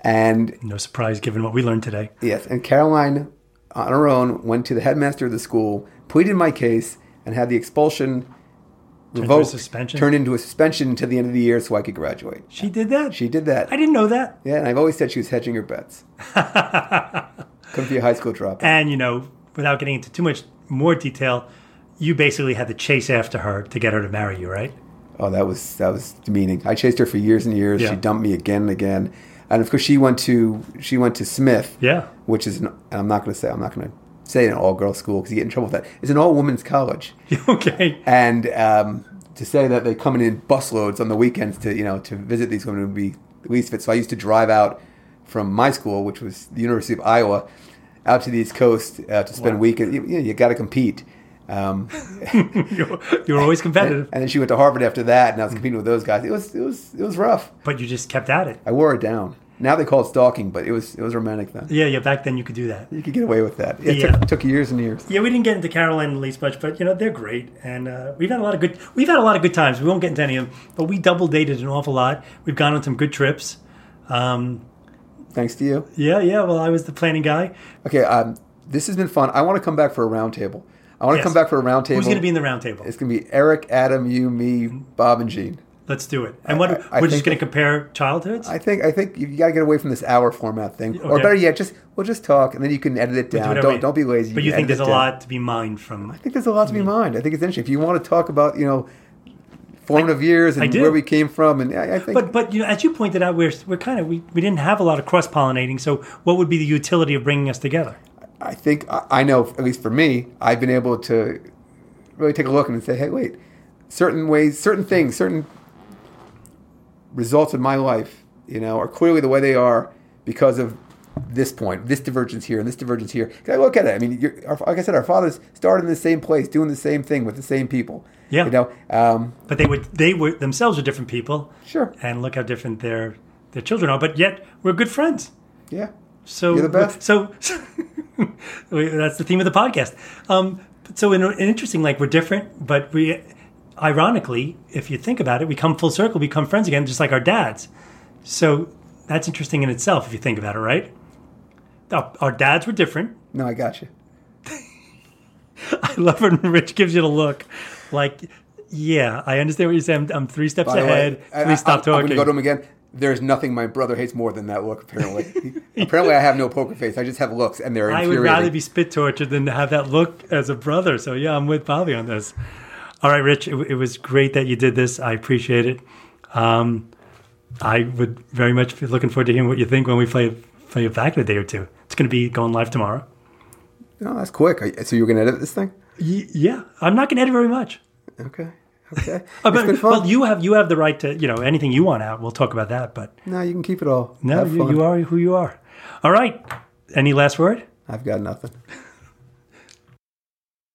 Speaker 3: and
Speaker 1: No surprise, given what we learned today.
Speaker 3: Yes, and Caroline, on her own, went to the headmaster of the school, pleaded my case, and had the expulsion
Speaker 1: into a
Speaker 3: revoked,
Speaker 1: suspension?
Speaker 3: turned into a suspension until the end of the year, so I could graduate.
Speaker 1: She did that.
Speaker 3: She did that.
Speaker 1: I didn't know that.
Speaker 3: Yeah, and I've always said she was hedging her
Speaker 1: [laughs]
Speaker 3: bets. Couldn't be a high school dropout.
Speaker 1: And you know, without getting into too much more detail, you basically had to chase after her to get her to marry you, right? [laughs]
Speaker 3: Oh, that was that was demeaning. I chased her for years and years.
Speaker 1: Yeah.
Speaker 3: She dumped me again and again, and of course she went to she went to Smith.
Speaker 1: Yeah.
Speaker 3: which is an, and I'm not going to say I'm not going to say an all girls school because you get in trouble with that. It's an all women's college. [laughs]
Speaker 1: okay.
Speaker 3: and um, to say that they come in in busloads on the weekends to you know to visit these women would be the least fit. So I used to drive out from my school, which was the University of Iowa, out to the East Coast uh, to spend weekends. You, you, know, you got to compete.
Speaker 1: [laughs]
Speaker 3: Um,
Speaker 1: you you were always competitive,
Speaker 3: and then she went to Harvard after that, and I was competing with those guys. It was it was it was rough.
Speaker 1: but you just kept at it.
Speaker 3: I wore it down. Now they call it stalking, but it was it was romantic then.
Speaker 1: Yeah, yeah. Back then, you could do that.
Speaker 3: You could get away with that. It
Speaker 1: Yeah.
Speaker 3: took, took years and years.
Speaker 1: Yeah, we didn't get into Caroline and Elise much, but you know they're great, and uh, we've had a lot of good. We've had a lot of good times. We won't get into any of them, but we double dated an awful lot. We've gone on some good trips.
Speaker 3: Thanks to you.
Speaker 1: Yeah, yeah. Well, I was the planning guy.
Speaker 3: Okay, um, this has been fun. I want to come back for a roundtable. I want to
Speaker 1: Yes.
Speaker 3: come back for a roundtable.
Speaker 1: Who's going to be in the round table?
Speaker 3: It's gonna be Eric, Adam, you, me, Bob, and Gene.
Speaker 1: Let's do it. And what
Speaker 3: I- I
Speaker 1: we're just
Speaker 3: think-
Speaker 1: going to compare childhoods.
Speaker 3: I think I think you gotta get away from this hour format thing, or
Speaker 1: Okay.
Speaker 3: better yet, just we'll just talk and then you can edit it
Speaker 1: Do
Speaker 3: down.
Speaker 1: whatever
Speaker 3: don't
Speaker 1: we-
Speaker 3: don't be lazy.
Speaker 1: But
Speaker 3: can
Speaker 1: you think
Speaker 3: edit
Speaker 1: there's
Speaker 3: it
Speaker 1: a
Speaker 3: down.
Speaker 1: lot Mm. to be mined from?
Speaker 3: I think there's a lot to be mined. I think it's interesting if you want to talk about you know formative years
Speaker 1: I
Speaker 3: and
Speaker 1: do.
Speaker 3: where we came from, and I, I think
Speaker 1: But but you know, as you pointed out, we're we're kind of we, we didn't have a lot of cross pollinating. So what would be the utility of bringing us together?
Speaker 3: I think I I know at least for me, I've been able to really take a look and say, hey, wait, certain ways, certain things, certain results in my life, you know, are clearly the way they are because of this point, this divergence here, and this divergence here. 'Cause I look at it. I mean, you're, our, like I said, our fathers started in the same place, doing the same thing with the same people.
Speaker 1: Yeah.
Speaker 3: You know, um,
Speaker 1: But they would they were themselves are different people.
Speaker 3: Sure.
Speaker 1: And look how different their their children are. But yet we're good friends.
Speaker 3: yeah.
Speaker 1: So
Speaker 3: You're the best.
Speaker 1: So, [laughs] we- that's the theme of the podcast. Um, so in, in interesting, like we're different, but we, ironically, if you think about it, we come full circle, we become friends again, just like our dads. So that's interesting in itself, if you think about it, right? Our, our dads were different. [laughs]
Speaker 3: No, I got you.
Speaker 1: I love when Rich gives you the look, like, yeah, I understand what you're saying. I'm, I'm three steps
Speaker 3: By the way,
Speaker 1: ahead.
Speaker 3: I-
Speaker 1: Please stop
Speaker 3: I, I'm
Speaker 1: talking.
Speaker 3: gonna go to him again. There's nothing my brother hates more than that look. Apparently, [laughs] apparently, I have no poker face. I just have looks, and they're
Speaker 1: I
Speaker 3: infuriating.
Speaker 1: would rather be spit tortured than to have that look as a brother. So yeah, I'm with Bobby on this. All right, Rich, it, w- it was great that you did this. I appreciate it. Um, I would very much be looking forward to hearing what you think when we play play it back in a day or two. It's going to be going live tomorrow.
Speaker 3: No, that's quick. Are- So you're gonna edit this thing?
Speaker 1: Y- yeah, I'm not going to edit very much.
Speaker 3: Okay.
Speaker 1: [laughs]
Speaker 3: Okay.
Speaker 1: Uh,
Speaker 3: it's
Speaker 1: but-
Speaker 3: been fun.
Speaker 1: well, you have you have the right to you know anything you want out. We'll talk about that. But
Speaker 3: no, you can keep it all.
Speaker 1: no,
Speaker 3: Have
Speaker 1: you,
Speaker 3: fun.
Speaker 1: you are who you are. All right. Any last word?
Speaker 3: I've got nothing.